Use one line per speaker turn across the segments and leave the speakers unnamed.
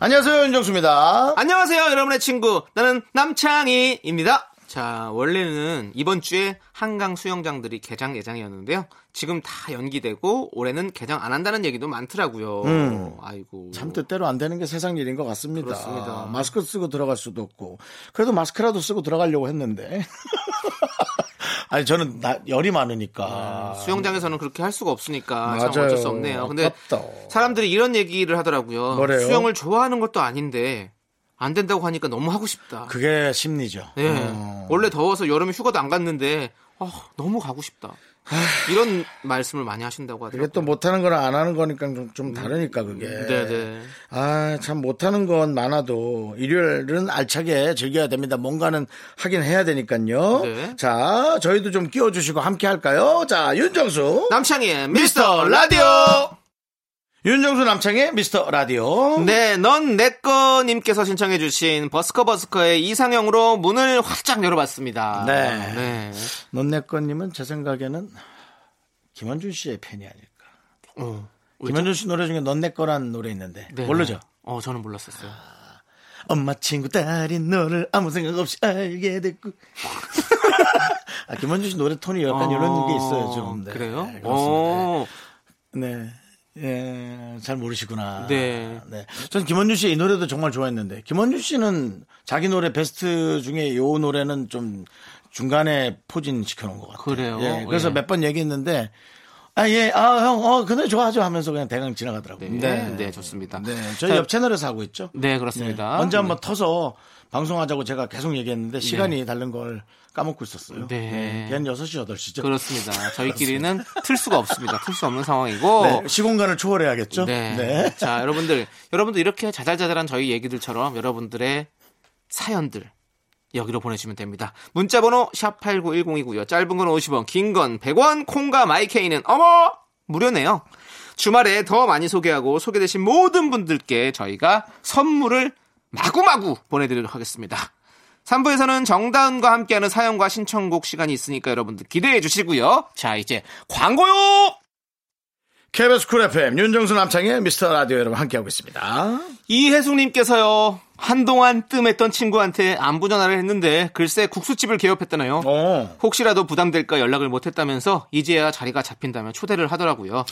안녕하세요 윤정수입니다.
안녕하세요, 여러분의 친구. 나는 남창희입니다. 자, 원래는 이번 주에 한강 수영장들이 개장 예정이었는데요. 지금 다 연기되고 올해는 개장 안 한다는 얘기도 많더라고요. 아이고.
음. 참 뜻대로 안 되는 게 세상 일인 것 같습니다.
그렇습니다.
마스크 쓰고 들어갈 수도 없고 그래도 마스크라도 쓰고 들어가려고 했는데 아니 저는 나- 열이 많으니까
네, 수영장에서는 그렇게 할 수가 없으니까 참
맞아요.
어쩔 수 없네요. 근데
아깝다.
사람들이 이런 얘기를 하더라고요.
뭐래요?
수영을 좋아하는 것도 아닌데 안 된다고 하니까 너무 하고 싶다.
그게 심리죠.
예.
어.
원래 더워서 여름에 휴가도 안 갔는데 아, 너무 가고 싶다. 이런 말씀을 많이 하신다고
그게
하더라고요.
또 못하는 거랑 안 하는 거니까 좀, 좀 다르니까 그게.
음, 네네.
아, 참 못하는 건 많아도 일요일은 알차게 즐겨야 됩니다. 뭔가는 하긴 해야 되니까요.
네.
자, 저희도 좀 끼워주시고 함께 할까요? 자, 윤정수.
남창희의 미스터 라디오
윤정수 남창의 미스터 라디오.
네, 넌 내꺼 님께서 신청해 주신 버스커버스커의 이상형으로 문을 활짝 열어봤습니다.
네.
네.
넌내꺼님은 제 생각에는 김원준 씨의 팬이 아닐까.
어,
김원준 씨 노래 중에 넌내꺼란 노래 있는데.
네.
모르죠?
어, 저는 몰랐었어요.
엄마 친구 딸이 너를 아무 생각 없이 알게 됐고. 아, 김원준 씨 노래 톤이 약간 이런 게 있어요, 좀. 네,
그래요?
네, 그렇습니다.
어,
네. 예, 잘 모르시구나.
네.
네. 전 김원준 씨의 이 노래도 정말 좋아했는데, 김원준 씨는 자기 노래 베스트 중에 요 노래는 좀 중간에 포진 시켜놓은 것 같아요.
그래요?
예, 그래서
예.
몇 번 얘기했는데, 아, 예, 아, 형, 어, 그 노래 좋아하죠 하면서 그냥 대강
네.
지나가더라고요.
네. 좋습니다.
네, 저희
자,
옆 채널에서 하고 있죠?
네, 그렇습니다.
네, 언제 한번 터서 방송하자고 제가 계속 얘기했는데 시간이 다른 걸 까먹고 있었어요.
네.
걔는 6시, 8시죠.
그렇습니다. 저희끼리는 틀 수가 없습니다. 틀 수 없는 상황이고.
네, 시공간을 초월해야겠죠?
네.
네.
자, 여러분들, 여러분들 이렇게 자잘자잘한 저희 얘기들처럼 여러분들의 사연들 여기로 보내주시면 됩니다. 문자번호 샵8910이고요. 짧은 건 50원, 긴 건 100원, 콩과 마이케이는 어머! 무료네요. 주말에 더 많이 소개하고 소개되신 모든 분들께 저희가 선물을 마구마구 보내드리도록 하겠습니다. 3부에서는 정다은과 함께하는 사연과 신청곡 시간이 있으니까 여러분들 기대해 주시고요. 자, 이제 광고요!
KBS 쿨 FM 윤정수 남창의 미스터 라디오 여러분 함께하고 있습니다.
이혜숙님께서요 한동안 뜸했던 친구한테 안부 전화를 했는데 글쎄 국수집을 개업했다네요.
어.
혹시라도 부담될까 연락을 못했다면서 이제야 자리가 잡힌다며 초대를 하더라고요.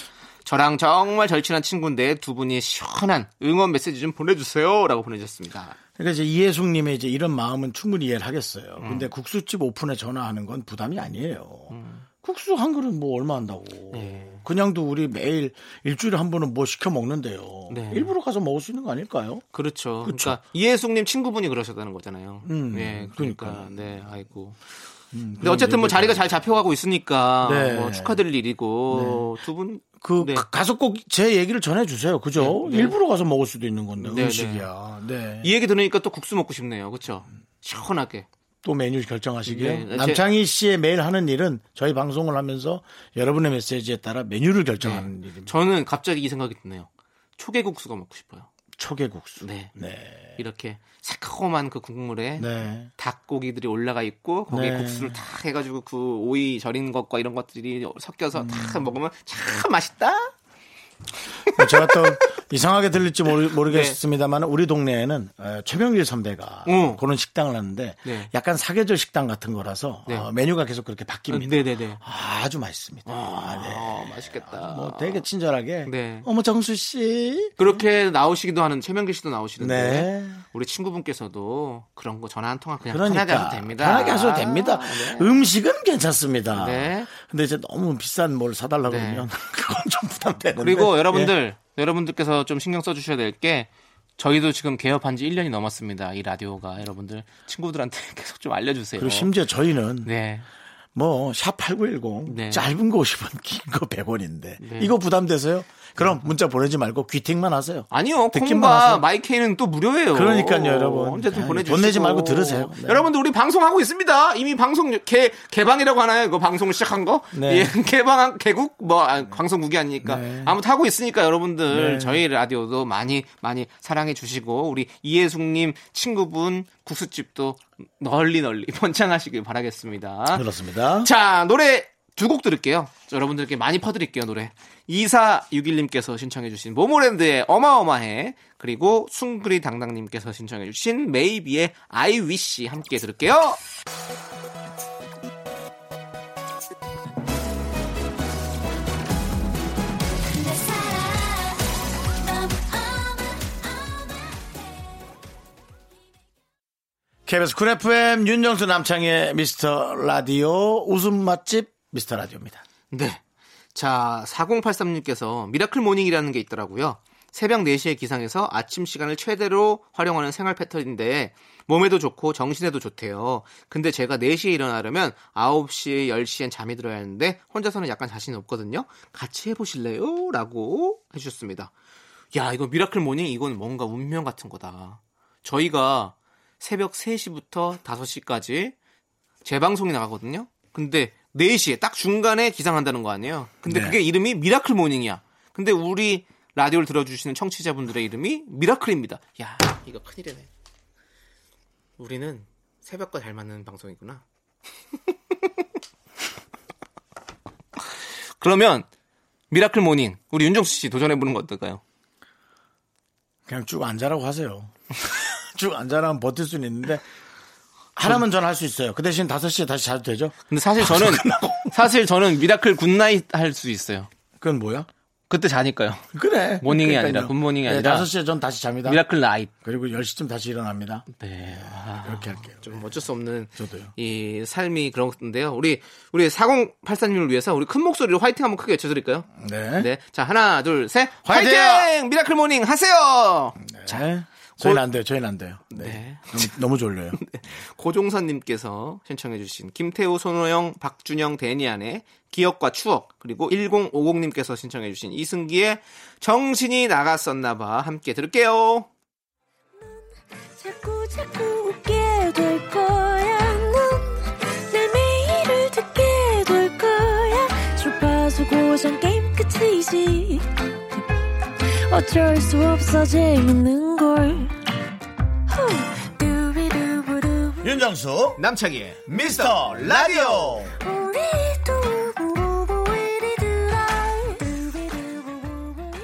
저랑 정말 절친한 친구인데 두 분이 시원한 응원 메시지 좀 보내주세요라고 보내주셨습니다.
그러니까 이제 이혜숙님의 이제 이런 마음은 충분히 이해를 하겠어요.
음.
근데 국수집 오픈에 전화하는 건 부담이 아니에요.
음.
국수 한 그릇 뭐 얼마 한다고.
네.
그냥도 우리 매일 일주일에 한 번은 뭐 시켜 먹는데요.
네.
일부러 가서 먹을 수 있는 거 아닐까요?
그렇죠.
그쵸.
그러니까 이혜숙님 친구분이 그러셨다는 거잖아요. 네, 그러니까,
그러니까요.
네, 아이고. 근데 어쨌든 뭐 자리가 잘 잡혀가고 있으니까
네.
뭐 축하드릴 일이고 두 분
그
네.
가- 가서 꼭 제 얘기를 전해 주세요. 그죠?
네, 네.
일부러 가서 먹을 수도 있는 건데
네,
음식이야. 네.
이 얘기 들으니까 또 국수 먹고 싶네요. 그렇죠? 시원하게.
또 메뉴 결정하시게요.
네, 제-
남창희 씨의 매일 하는 일은 저희 방송을 하면서 여러분의 메시지에 따라 메뉴를 결정하는 일입니다.
네. 저는 갑자기 이 생각이 드네요. 초계국수가 먹고 싶어요.
초계국수.
네.
네.
이렇게 새콤한 그 국물에
네.
닭고기들이 올라가 있고 거기에
네.
국수를 다 해가지고 그 오이 절인 것과 이런 것들이 섞여서 다
음.
먹으면 참 맛있다.
네. 제가 또 이상하게 들릴지 모르, 모르겠습니다만 우리 동네에는 어, 최명길 선배가
어.
그런 식당을 하는데
네.
약간 사계절 식당 같은 거라서
네.
어, 메뉴가 계속 그렇게 바뀝니다.
네네네.
아주 맛있습니다. 아, 네.
아, 맛있겠다.
뭐 되게 친절하게
네.
어머 정수 씨.
그렇게 나오시기도 하는 최명길 씨도 나오시는데
네.
우리 친구분께서도 그런 거 전화 한 통화 그냥
그러니까
편하게 하셔도 됩니다.
편하게 하셔도 됩니다.
네.
음식은 괜찮습니다.
네.
근데 이제 너무 비싼 뭘 사달라고
네.
그러면 그건 좀 부담되는데.
그리고
예.
여러분들, 여러분들께서 좀 신경 써주셔야 될 게 저희도 지금 개업한 지 1년이 넘었습니다. 이 라디오가 여러분들 친구들한테 계속 좀 알려주세요.
그리고 심지어 저희는
네,
뭐 샵 8910
네.
짧은 거 50원 긴 거 100원인데 이거 부담되세요? 그럼 문자 보내지 말고 귀팅만 하세요.
네. 아니요,
듣기만
콩과
하세요.
마이케이는 또 무료예요.
그러니까요, 여러분.
언제든
아이,
보내주시고.
돈 내지 말고 들으세요. 네.
여러분들 우리 방송하고 있습니다. 이미 방송 개 개방이라고 하나요? 이거 방송을 시작한 거?
네.
예, 개방 개국 뭐 아, 방송국이 아니니까
네.
아무튼 하고 있으니까 여러분들
네.
저희 라디오도 많이 많이 사랑해 주시고 우리 이예숙님 친구분 국수집도 널리 널리 번창하시길 바라겠습니다.
그렇습니다.
자, 노래 두 곡 들을게요. 자, 여러분들께 많이 퍼드릴게요, 노래. 2461님께서 신청해주신 모모랜드의 어마어마해. 그리고 숭그리 당당님께서 신청해주신 메이비의 I wish 함께 들을게요.
내 사랑 너무 어마어마해
KBS 쿨 FM 윤정수 남창의 미스터 라디오 웃음 맛집 미스터 라디오입니다.
네. 자, 4083님께서 미라클 모닝이라는 게 있더라고요. 새벽 4시에 기상해서 아침 시간을 최대로 활용하는 생활 패턴인데 몸에도 좋고 정신에도 좋대요. 근데 제가 4시에 일어나려면 9시, 10시엔 잠이 들어야 하는데 혼자서는 약간 자신이 없거든요. 같이 해보실래요? 라고 해주셨습니다. 야, 이거 미라클 모닝 이건 뭔가 운명 같은 거다. 저희가 새벽 3시부터 5시까지 재방송이 나가거든요. 근데 4시에 딱 중간에 기상한다는 거 아니에요. 근데
네.
그게 이름이 미라클 모닝이야. 근데 우리 라디오를 들어주시는 청취자분들의 이름이 미라클입니다. 야, 이거 큰일이네. 우리는 새벽과 잘 맞는 방송이구나. 그러면 미라클 모닝 우리 윤정수 씨 도전해 보는 거 어떨까요?
그냥 쭉 앉아라고 하세요. 쭉 앉아라면 버틸 수는 있는데 하나만 전 할 수 있어요. 그 대신 5시에 다시 자도 되죠?
근데 사실 저는 사실 저는 미라클 굿나잇 할 수 있어요.
그건 뭐야?
그때 자니까요.
그래.
모닝이
그러니까요.
아니라 굿모닝이
네,
아니라
5시에 전 다시 잡니다.
미라클 나잇.
그리고 10시쯤 다시 일어납니다.
네. 아,
그렇게 할게요.
좀 어쩔 수 없는
저도요.
이 삶이 그런 건데요. 우리 우리 4084님을 위해서 우리 큰 목소리로 화이팅 한번 크게 외쳐드릴까요?
네.
네. 자 하나 둘 셋. 화이팅!
화이팅! 네.
미라클 모닝 하세요.
자, 저희는 안 돼요. 저희는 안 돼요. 네.
네.
너무, 너무 졸려요.
고종선님께서 신청해주신 김태우, 손호영, 박준영, 데니안의 기억과 추억 그리고 1050님께서 신청해주신 이승기의 정신이 나갔었나봐 함께 들을게요.
자꾸 자꾸 웃게 될 거야 넌내 매일을 듣게 될 거야 주파수 고정 게임 끝이지 어쩔 수 없어 재밌는 걸 후. 두비두부두.
윤정수,
남창희의
미스터 라디오!
우리 두부부부 우리 두라. 두비두부부부 우리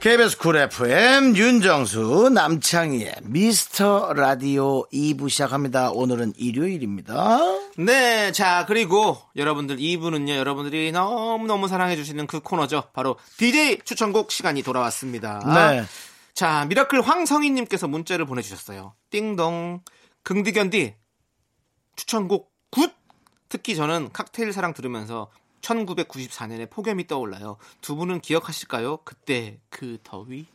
KBS 쿨 FM 윤정수 남창희의 미스터 라디오 2부 시작합니다. 오늘은 일요일입니다.
네, 자, 그리고 여러분들 2부는요, 여러분들이 너무너무 사랑해주시는 그 코너죠. 바로 DJ 추천곡 시간이 돌아왔습니다.
네.
자, 미라클 황성희님께서 문자를 보내주셨어요. 띵동. 긍디견디. 추천곡 굿! 특히 저는 칵테일 사랑 들으면서 1994년에 폭염이 떠올라요. 두 분은 기억하실까요? 그때 그 더위?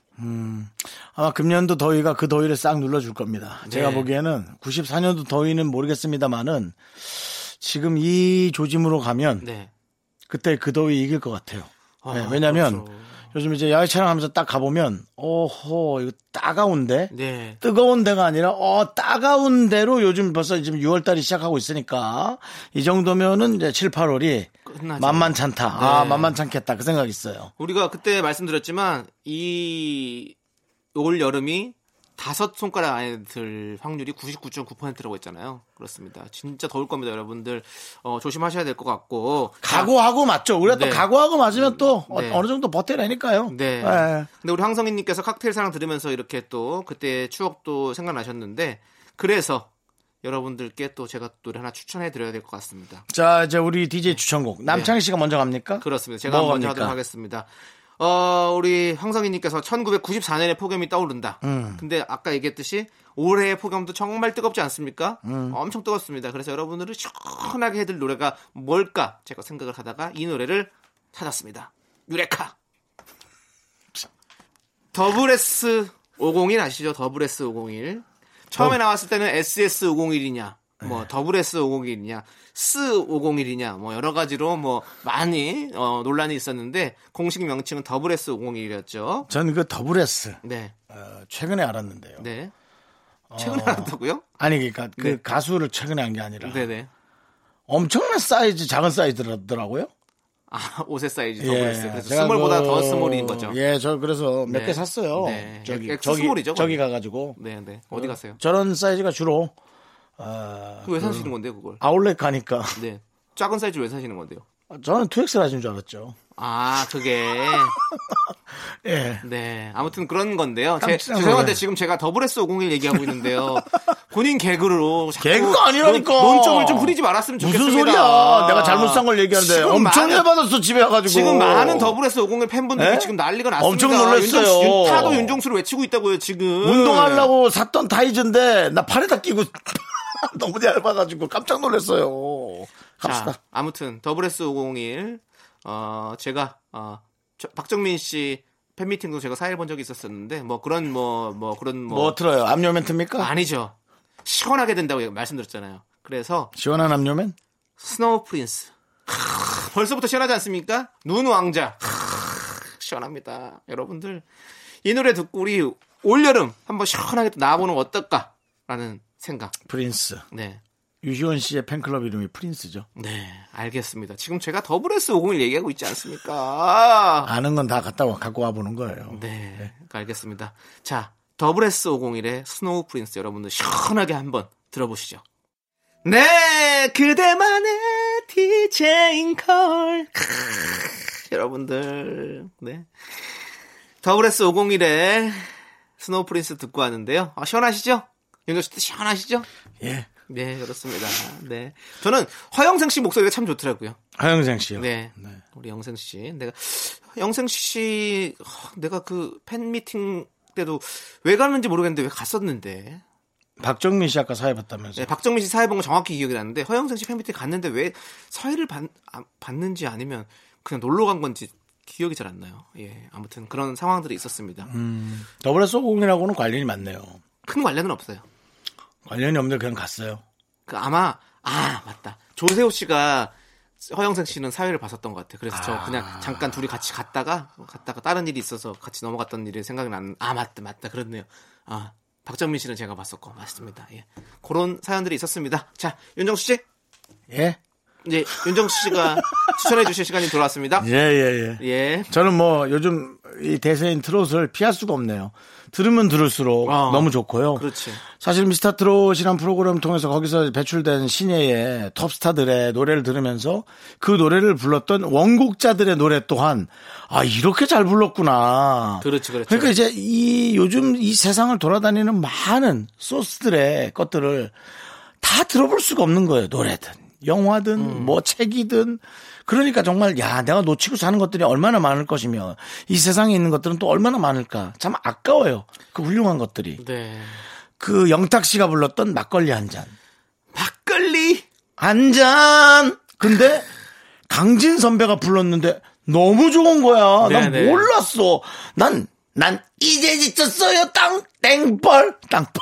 아마 금년도 더위가 그 더위를 싹 눌러줄 겁니다. 제가
네.
보기에는 94년도 더위는 모르겠습니다만은 지금 이 조짐으로 가면
네.
그때 그 더위 이길 것 같아요.
아,
네, 왜냐면
그렇죠.
요즘 이제 야외 촬영하면서 딱 가보면 오호 이거 따가운데
네.
뜨거운 데가 아니라 어 따가운 데로 요즘 벌써 지금 6월 달이 시작하고 있으니까 이 정도면은 이제 7, 8월이
끝나죠.
만만찮다. 아
네.
만만찮겠다 그 생각 있어요.
우리가 그때 말씀드렸지만 이 올 여름이 다섯 손가락 안에 들 확률이 99.9%라고 했잖아요. 그렇습니다. 진짜 더울 겁니다, 여러분들. 어, 조심하셔야 될 것 같고.
각오하고 맞죠. 우리가
네.
또 각오하고 맞으면 또 어,
네.
느 정도 버텨내니까요.
네.
예.
근데 우리 황성희님께서 칵테일 사랑 들으면서 이렇게 또 그때 추억도 생각나셨는데 그래서 여러분들께 또 제가 노래 하나 추천해 드려야 될 것 같습니다.
자 이제 우리 DJ 추천곡 남창희 씨가 먼저 갑니까?
네. 그렇습니다. 제가
뭐
먼저
갑니까?
하도록 하겠습니다. 어, 우리 황성희님께서 1994년에 폭염이 떠오른다.
음.
근데 아까 얘기했듯이 올해의 폭염도 정말 뜨겁지 않습니까?
음.
어, 엄청 뜨겁습니다. 그래서 여러분들을 시원하게 해드릴 노래가 뭘까? 제가 생각을 하다가 이 노래를 찾았습니다. 유레카! 더블 S 501 아시죠? 더블 S 501. 처음에 나왔을 때는 SS 501이냐.
네.
뭐 더블 S 501이냐, 스 501이냐, 뭐 여러 가지로 뭐 많이 어, 논란이 있었는데 공식 명칭은 더블 S 501이었죠.
저는 그 더블 S
네,
어, 최근에 알았는데요.
네.
어.
최근에 알았다고요?
아니 그러니까 그
네.
가수를 최근에 한 게 아니라
네, 네.
엄청난 사이즈 작은 사이즈더라고요.
아, 5세 사이즈 더블 S. 그래서
예, 제가
스몰보다
그-
더 스몰인 거죠.
예, 저 그래서 몇
네.
개 샀어요.
네.
저기
엑스
저기
스몰이죠,
저기
거의.
가가지고
네, 네. 어디 가세요?
저런 사이즈가 주로 어,
그왜 사시는 건데 요 그걸?
아울렛 가니까
네. 작은 사이즈 왜 사시는 건데요?
저는 2X 라지인 줄 알았죠.
아, 그게
예.
네. 아무튼 그런 건데요. 제,
깜짝 놀라요.
죄송한데 지금 제가 더블S 501 얘기하고 있는데요. 본인 개그로 자꾸
개그가 아니라니까.
뭐, 논- 논점을 좀 흐리지 말았으면 좋겠습니다.
무슨 소리야? 내가 잘못 산 걸 얘기하는데
지금
엄청
많은-
열받았어 집에 와가지고.
지금 많은 더블S 501 팬분들이
네?
지금 난리가 났습니다.
엄청 놀랐어요.
윤정수- 윤- 타도 윤종수를 외치고 있다고요, 지금.
운동하려고 샀던 타이즈인데 나 팔에다 끼고 너무 얇아가지고 깜짝 놀랐어요. 갑시다.
자, 아무튼 더블S 501 어 제가 어 저- 박정민 씨 팬미팅도 제가 사일 본 적이 있었었는데 뭐 그런 뭐 뭐 그런 뭐,
뭐, 틀어요? 압류 멘트입니까?
아니죠 시원하게 된다고 말씀드렸잖아요. 그래서
시원한 압류 멘?
스노우 프린스 크, 벌써부터 시원하지 않습니까? 눈 왕자 크, 시원합니다. 여러분들 이 노래 듣고 우리 올 여름 한번 시원하게 또 나와보는 거 어떨까라는 생각.
프린스.
네.
유시원 씨의 팬클럽 이름이 프린스죠.
네, 알겠습니다. 지금 제가 더블S 501 얘기하고 있지 않습니까?
아는 건 다 갖다 와, 갖고 와보는 거예요.
네, 알겠습니다. 자, 더블 S 501의 스노우 프린스 여러분들 시원하게 한번 들어보시죠. 네, 그대만의 DJ인 걸. 크, 여러분들, 네. 더블 S 501의 스노우 프린스 듣고 왔는데요. 아, 시원하시죠? 윤정 씨도 시원하시죠?
예.
네, 그렇습니다. 네. 저는 허영생 씨 목소리가 참 좋더라고요.
하영생 씨요.
네. 우리 영생 씨. 내가 영생 씨 어, 내가 그 팬미팅 때도 왜 갔는지 모르겠는데 왜 갔었는데.
박정민 씨 아까 사회 봤다면서.
네,
요
박정민 씨 사회 본거 정확히 기억이 나는데 허영생 씨 팬미팅 갔는데 왜 사회를 받, 아, 받는지 아니면 그냥 놀러 간 건지 기억이 잘 안 나요. 예. 아무튼 그런 상황들이 있었습니다.
네. 더블 S 공이라고는 관련이 많네요.
큰 관련은 없어요.
관련이 없는데 그냥 갔어요.
그 아마 아, 맞다. 조세호 씨가 허영생 씨는 사회를 봤었던 것 같아. 그래서 저 그냥 잠깐 둘이 같이 갔다가 갔다가 다른 일이 있어서 같이 넘어갔던 일이 생각이 나는. 아 맞다 맞다 그렇네요. 아 박정민 씨는 제가 봤었고 맞습니다. 예 그런 사연들이 있었습니다. 자 윤정수 씨
예?
이제 윤정수 씨가 추천해 주실 시간이 돌아왔습니다.
예, 예, 예.
예
저는 뭐 요즘 이 대세인 트롯을 피할 수가 없네요. 들으면 들을수록
어,
너무 좋고요.
그렇지.
사실 미스터 트롯이란 프로그램 통해서 거기서 배출된 신예의 톱스타들의 노래를 들으면서 그 노래를 불렀던 원곡자들의 노래 또한 아 이렇게 잘 불렀구나.
그렇지, 그렇지.
그러니까 이제 이 요즘 이 세상을 돌아다니는 많은 소스들의 것들을 다 들어볼 수가 없는 거예요. 노래든 영화든
음.
뭐 책이든 그러니까 정말 야 내가 놓치고 사는 것들이 얼마나 많을 것이며 이 세상에 있는 것들은 또 얼마나 많을까 참 아까워요. 그 훌륭한 것들이.
네
그 영탁 씨가 불렀던 막걸리 한 잔.
막걸리
한 잔! 근데 강진 선배가 불렀는데 너무 좋은 거야. 난
네네.
몰랐어. 난, 난 이제 지쳤어요. 땅, 땡벌. 땅벌.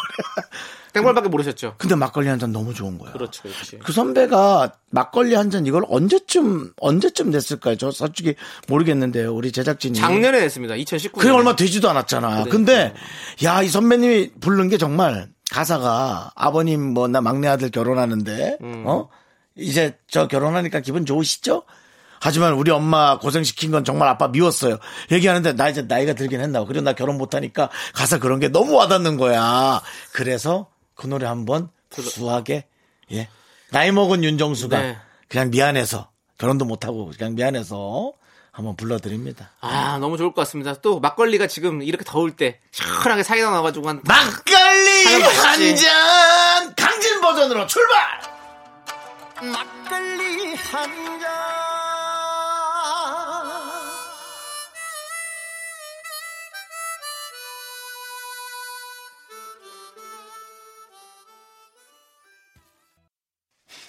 땡벌밖에 모르셨죠.
근데 막걸리 한 잔 너무 좋은 거야.
그렇지 그렇지.
그 선배가 막걸리 한 잔 이걸 언제쯤, 언제쯤 냈을까요? 저 솔직히 모르겠는데요. 우리 제작진이.
작년에 냈습니다. 2019.
그게 얼마 되지도 않았잖아. 근데 야 이 선배님이 부른 게 정말 가사가 아버님 뭐 나 막내 아들 결혼하는데 어 이제 저 결혼하니까 기분 좋으시죠? 하지만 우리 엄마 고생시킨 건 정말 아빠 미웠어요. 얘기하는데 나 이제 나이가 들긴 했나 봐. 그리고 나 결혼 못하니까 가사 그런 게 너무 와닿는 거야. 그래서 그 노래 한번 구수하게 예 나이 먹은 윤정수가
네.
그냥 미안해서 결혼도 못하고 그냥 미안해서 한번 불러드립니다.
아 너무 좋을 것 같습니다. 또 막걸리가 지금 이렇게 더울 때 시원하게 사이다 나가지고 한
막걸리
사연
한
맛있지.
잔 강진 버전으로 출발.
막걸리 한 잔.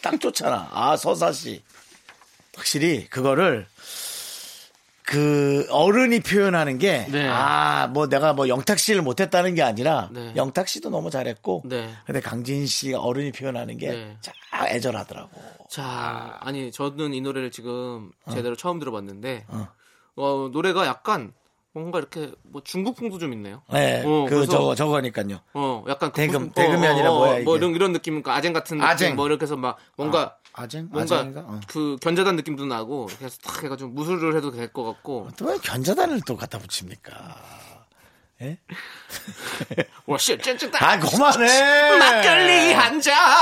딱 좋잖아. 아 서사 씨. 확실히 그거를 그 어른이 표현하는 게
네.
아 뭐 내가 뭐 영탁 씨를 못했다는 게 아니라
네.
영탁 씨도 너무 잘했고
네.
근데 강진 씨가 어른이 표현하는 게
네.
참 애절하더라고.
자, 아니 저는 이 노래를 지금
어.
제대로 처음 들어봤는데 어, 노래가 약간 뭔가 이렇게 뭐 중국풍도 좀 있네요.
네,
어,
그
그래서-
저거 저거니까요.
어, 약간 그
대금,
무슨-
대금이 아니라 뭐야, 이게?
뭐 이런 이런 느낌, 그러니까 아쟁 같은 느낌,
아쟁.
뭐 이렇게 해서 막 뭔가
아쟁
뭔가
아쟁인가? 어.
그 견자단 느낌도 나고 그래서 탁 해가지고 무술을 해도 될 것 같고
또왜 견자단을 또 갖다 붙입니까?
와, 씨, 쨍쨍다.
아 그만해.
막걸리 한 잔.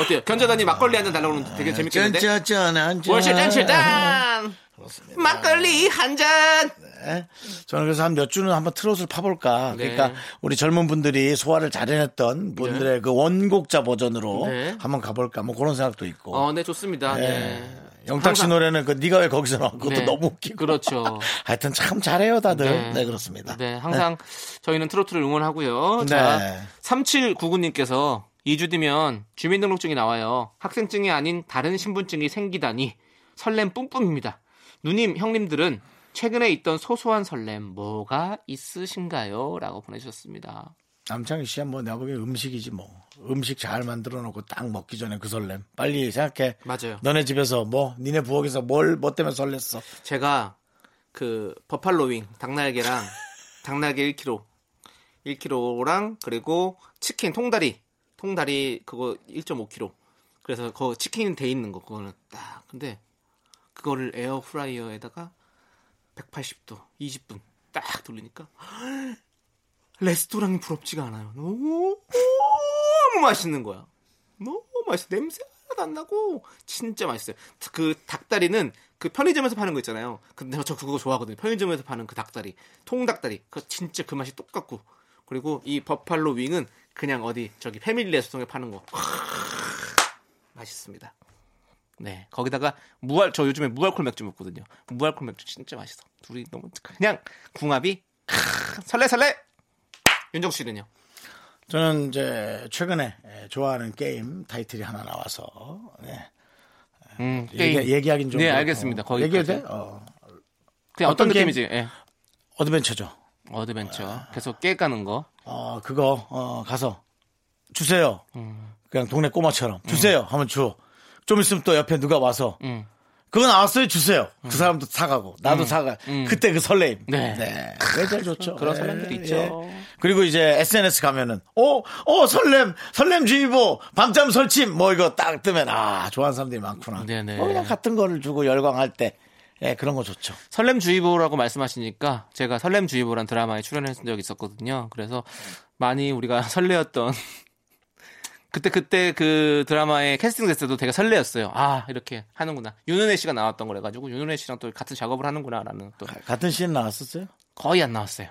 어때요? 견자단이 막걸리 한 잔 달라고 그러면 되게 재밌겠는데.
아, 짠짠짠 한 잔.
월세 짠칠단 막걸리 한 잔
네? 저는 그래서 한 몇 주는 한번 트롯을 파볼까.
네.
그러니까 우리 젊은 분들이 소화를 잘 해냈던 분들의 그 원곡자 버전으로
네.
한번 가볼까. 뭐 그런 생각도 있고.
어, 네 좋습니다. 네.
영탁 씨
항상-
노래는 그 네가 왜 거기서 나온 것도
네.
너무 웃기고.
그렇죠.
하여튼 참 잘해요 다들. 네, 그렇습니다.
네, 항상 저희는 트로트를 응원하고요. 자,
네.
3799님께서 2주 뒤면 주민등록증이 나와요. 학생증이 아닌 다른 신분증이 생기다니 설렘 뿜뿜입니다. 누님, 형님들은 최근에 있던 소소한 설렘 뭐가 있으신가요? 라고 보내주셨습니다.
남창희 씨야 뭐 내가 보기엔 음식이지 뭐. 음식 잘 만들어 놓고 딱 먹기 전에 그 설렘. 빨리 생각해.
맞아요.
너네 집에서 뭐 니네 부엌에서 뭘 뭐 때문에 설렜어.
제가 그 버팔로윙 닭날개랑 닭날개 1kg 1kg랑 그리고 치킨 통다리 통다리 그거 1.5kg 그래서 그 치킨 돼 있는 거 그거는 딱 근데 그거를 에어 프라이어에다가 180도 20분 딱 돌리니까 레스토랑이 부럽지가 않아요 너무 맛있는 거야 너무 맛있어. 냄새 하나도 안 나고 진짜 맛있어요. 그 닭다리는 그 편의점에서 파는 거 있잖아요. 근데 저 그거 좋아하거든요. 편의점에서 파는 그 닭다리, 통닭다리. 그 진짜 그 맛이 똑같고. 그리고 이 버팔로 윙은 그냥 어디 저기 패밀리 레스토랑에 파는 거. 맛있습니다. 네. 거기다가 무알 저 요즘에 무알콜 맥주 먹거든요. 무알콜 맥주 진짜 맛있어. 둘이 너무 그냥 궁합이 크, 설레 설레. 윤정 씨는요?
저는 이제 최근에 에, 좋아하는 게임 타이틀이 하나 나와서 네.
음,
얘기, 얘기하긴 좀
네,
그렇고.
알겠습니다. 거기까지.
얘기해도 돼? 어.
그냥 어떤,
어떤 게임?
느낌이지? 예.
어드벤처죠.
어드벤처. 계속 깨가는 거.
어, 그거 어, 가서 주세요.
음.
그냥 동네 꼬마처럼 주세요. 하면 줘. 좀 있으면 또 옆에 누가 와서
음.
그거 나왔어요. 주세요. 그 사람도 사가고 나도 사가. 그때 그 설레임.
음. 네.
그게 제일 좋죠.
그런
예,
사람들이 있죠.
그리고 이제 SNS 가면은 어, 어 설렘, 설렘 주의보, 밤잠 설침 뭐 이거 딱 뜨면 아 좋아하는 사람들이 많구나.
네네.
뭐 그냥 같은 거를 주고 열광할 때 예, 그런 거 좋죠.
설렘주의보라고 말씀하시니까 제가 설렘주의보란 드라마에 출연했던 적이 있었거든요. 그래서 많이 우리가 설레었던 그때 그때 그 드라마에 캐스팅 됐을 때도 되게 설레었어요. 아 이렇게 하는구나. 윤은혜 씨가 나왔던 거래가지고 윤은혜 씨랑 또 같은 작업을 하는구나라는 또
같은 시인 나왔었어요?
거의 안 나왔어요.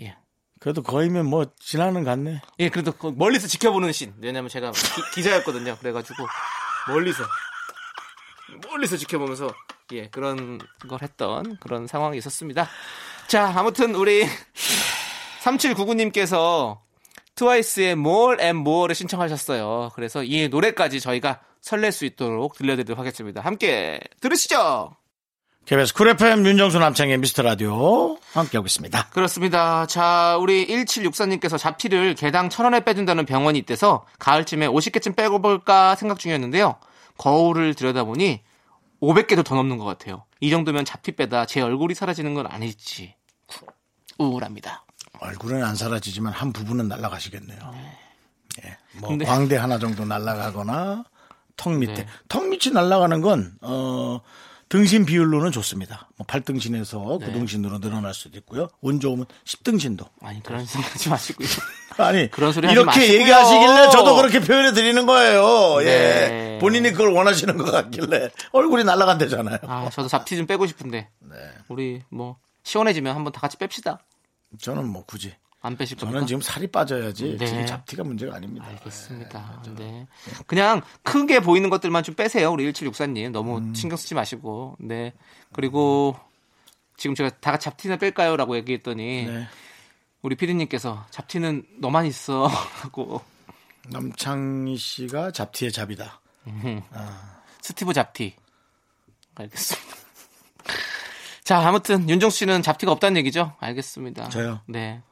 예.
그래도 거의면 뭐 지나는 같네.
예, 그래도 그 멀리서 지켜보는 씬. 왜냐면 제가 기, 자였거든요 그래가지고 멀리서 멀리서 지켜보면서 예 그런 걸 했던 그런 상황이 있었습니다. 자, 아무튼 우리 3799님께서 트와이스의 More and More를 신청하셨어요. 그래서 이 노래까지 저희가 설렐 수 있도록 들려드리도록 하겠습니다. 함께 들으시죠.
KBS 쿨 FM 윤정수 남창의 미스터 라디오 함께하고 있습니다.
그렇습니다. 자, 우리 1764님께서 잡티를 개당 천 원에 빼준다는 병원이 있대서 가을쯤에 50개쯤 빼고볼까 생각 중이었는데요. 거울을 들여다보니 500개도 더 넘는 것 같아요. 이 정도면 잡티 빼다 제 얼굴이 사라지는 건 아닐지 우울합니다.
얼굴은 안 사라지지만 한 부분은 날아가시겠네요. 예, 뭐
근데-
광대 하나 정도 날아가거나 턱 밑에
네.
턱 밑이 날아가는 건 어, 등신 비율로는 좋습니다. 뭐 팔등신에서 구등신으로 늘어날 수도 있고요. 운 좋으면 십등신도.
아니 그런 생각 하지 마시고요.
아니
그런 소리 하지
이렇게
마시고요.
얘기하시길래 저도 그렇게 표현해 드리는 거예요.
네.
예, 본인이 그걸 원하시는 것 같길래 얼굴이 날아간대잖아요.
아, 저도 잡티 좀 빼고 싶은데 우리 뭐 시원해지면 한번 다 같이 뺍시다.
저는 뭐 굳이
안 빼실 겁니까?
저는 지금 살이 빠져야지
네.
지금 잡티가 문제가 아닙니다.
알겠습니다.
그렇죠.
네. 그냥 크게 보이는 것들만 좀 빼세요. 우리 1764님. 너무
음.
신경 쓰지 마시고. 네. 그리고 지금 제가 다 같이 잡티나 뺄까요? 라고 얘기했더니
네.
우리 피디님께서 잡티는 너만 있어. 라고
남창희 씨가 잡티의
음.
잡이다.
스티브 잡티. 알겠습니다. 자, 아무튼 윤정수 씨는 잡티가 없다는 얘기죠? 알겠습니다.
저요?
네.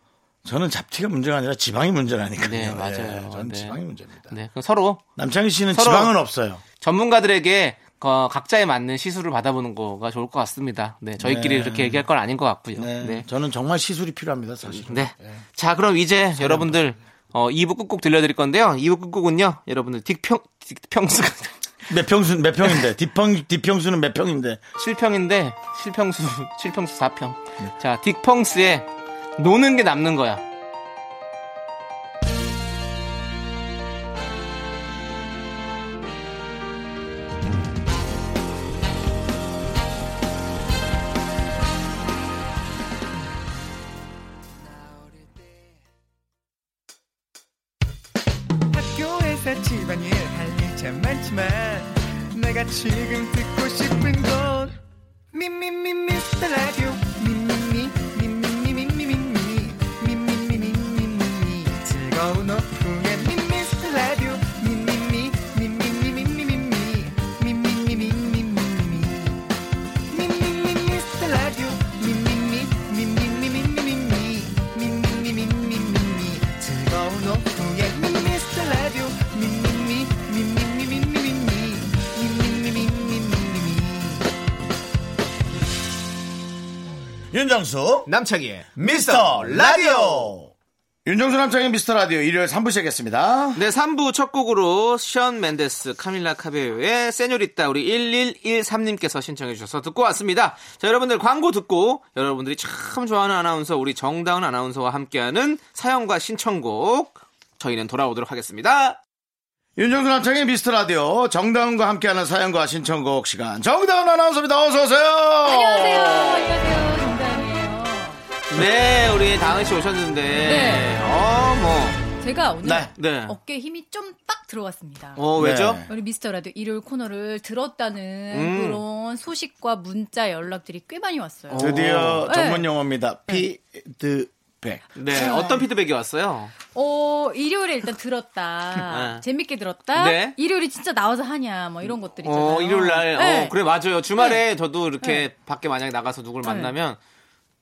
저는 잡티가 문제가 아니라 지방이 문제라니까요. 예,
네, 맞아요.
저는
네.
지방이 문제입니다.
네. 그럼 서로
남창희 씨는
서로-
지방은 없어요.
전문가들에게 어, 각자에 맞는 시술을 받아보는 거가 좋을 것 같습니다. 네. 저희끼리
네.
그렇게 얘기할 건 아닌 것 같고요.
네.
네. 네.
저는 정말 시술이 필요합니다, 사실은.
자, 그럼 이제 여러분들 어, 2부 끝곡 들려드릴 건데요. 2부 끝곡은요. 여러분들 딕평, 딕평수가
몇 평수, 몇 평인데, 뒷평, 뒷평수는 몇 평인데,
7평인데 7평수, 7평수 4평.
네.
자, 딕펑스의 노는 게 남는 거야.
학교에서 집안일 할 일 참 많지만 내가 지금 듣고 싶은 건 미미미 미스터 라디오 미미미 미미미 미미미 미미미 미미미 미미미 즐거운 오후에 미미스터 라디오 미미미 미미미 미미미 미미미 미미미 미미미
윤정수
남창희의
미스터 라디오
윤정수 남창희 미스터 라디오 일요일 3부 시작했습니다.
네, 3부 첫 곡으로 션 멘데스, 카밀라 카베요의 세뇨리따 우리 1113님께서 신청해 주셔서 듣고 왔습니다. 자, 여러분들 광고 듣고 여러분들이 참 좋아하는 아나운서 우리 정다은 아나운서와 함께하는 사연과 신청곡 저희는 돌아오도록 하겠습니다.
윤정수 남창희 미스터 라디오 정다운과 함께하는 사연과 신청곡 시간. 정다운 아나운서입니다. 어서오세요.
안녕하세요. 안녕하세요. 정다은이에요.
네, 우리 다은 씨 오셨는데
네.
어, 뭐.
제가 오늘
네.
네.
어깨에 힘이 좀 빡 들어왔습니다.
어, 왜죠?
네.
우리 미스터 라디오 일요일 코너를 들었다는
음.
그런 소식과 문자 연락들이 꽤 많이 왔어요.
드디어
네.
전문 용어입니다. 피드백.
네, 어떤 피드백이 왔어요?
어, 일요일에 일단 들었다.
네.
재밌게 들었다.
네.
일요일이 진짜 나와서 하냐. 뭐 이런 것들 있잖아요.
어, 일요일 날.
네.
어, 그래, 맞아요. 주말에 저도 이렇게 밖에 만약에 나가서
네.
누굴 만나면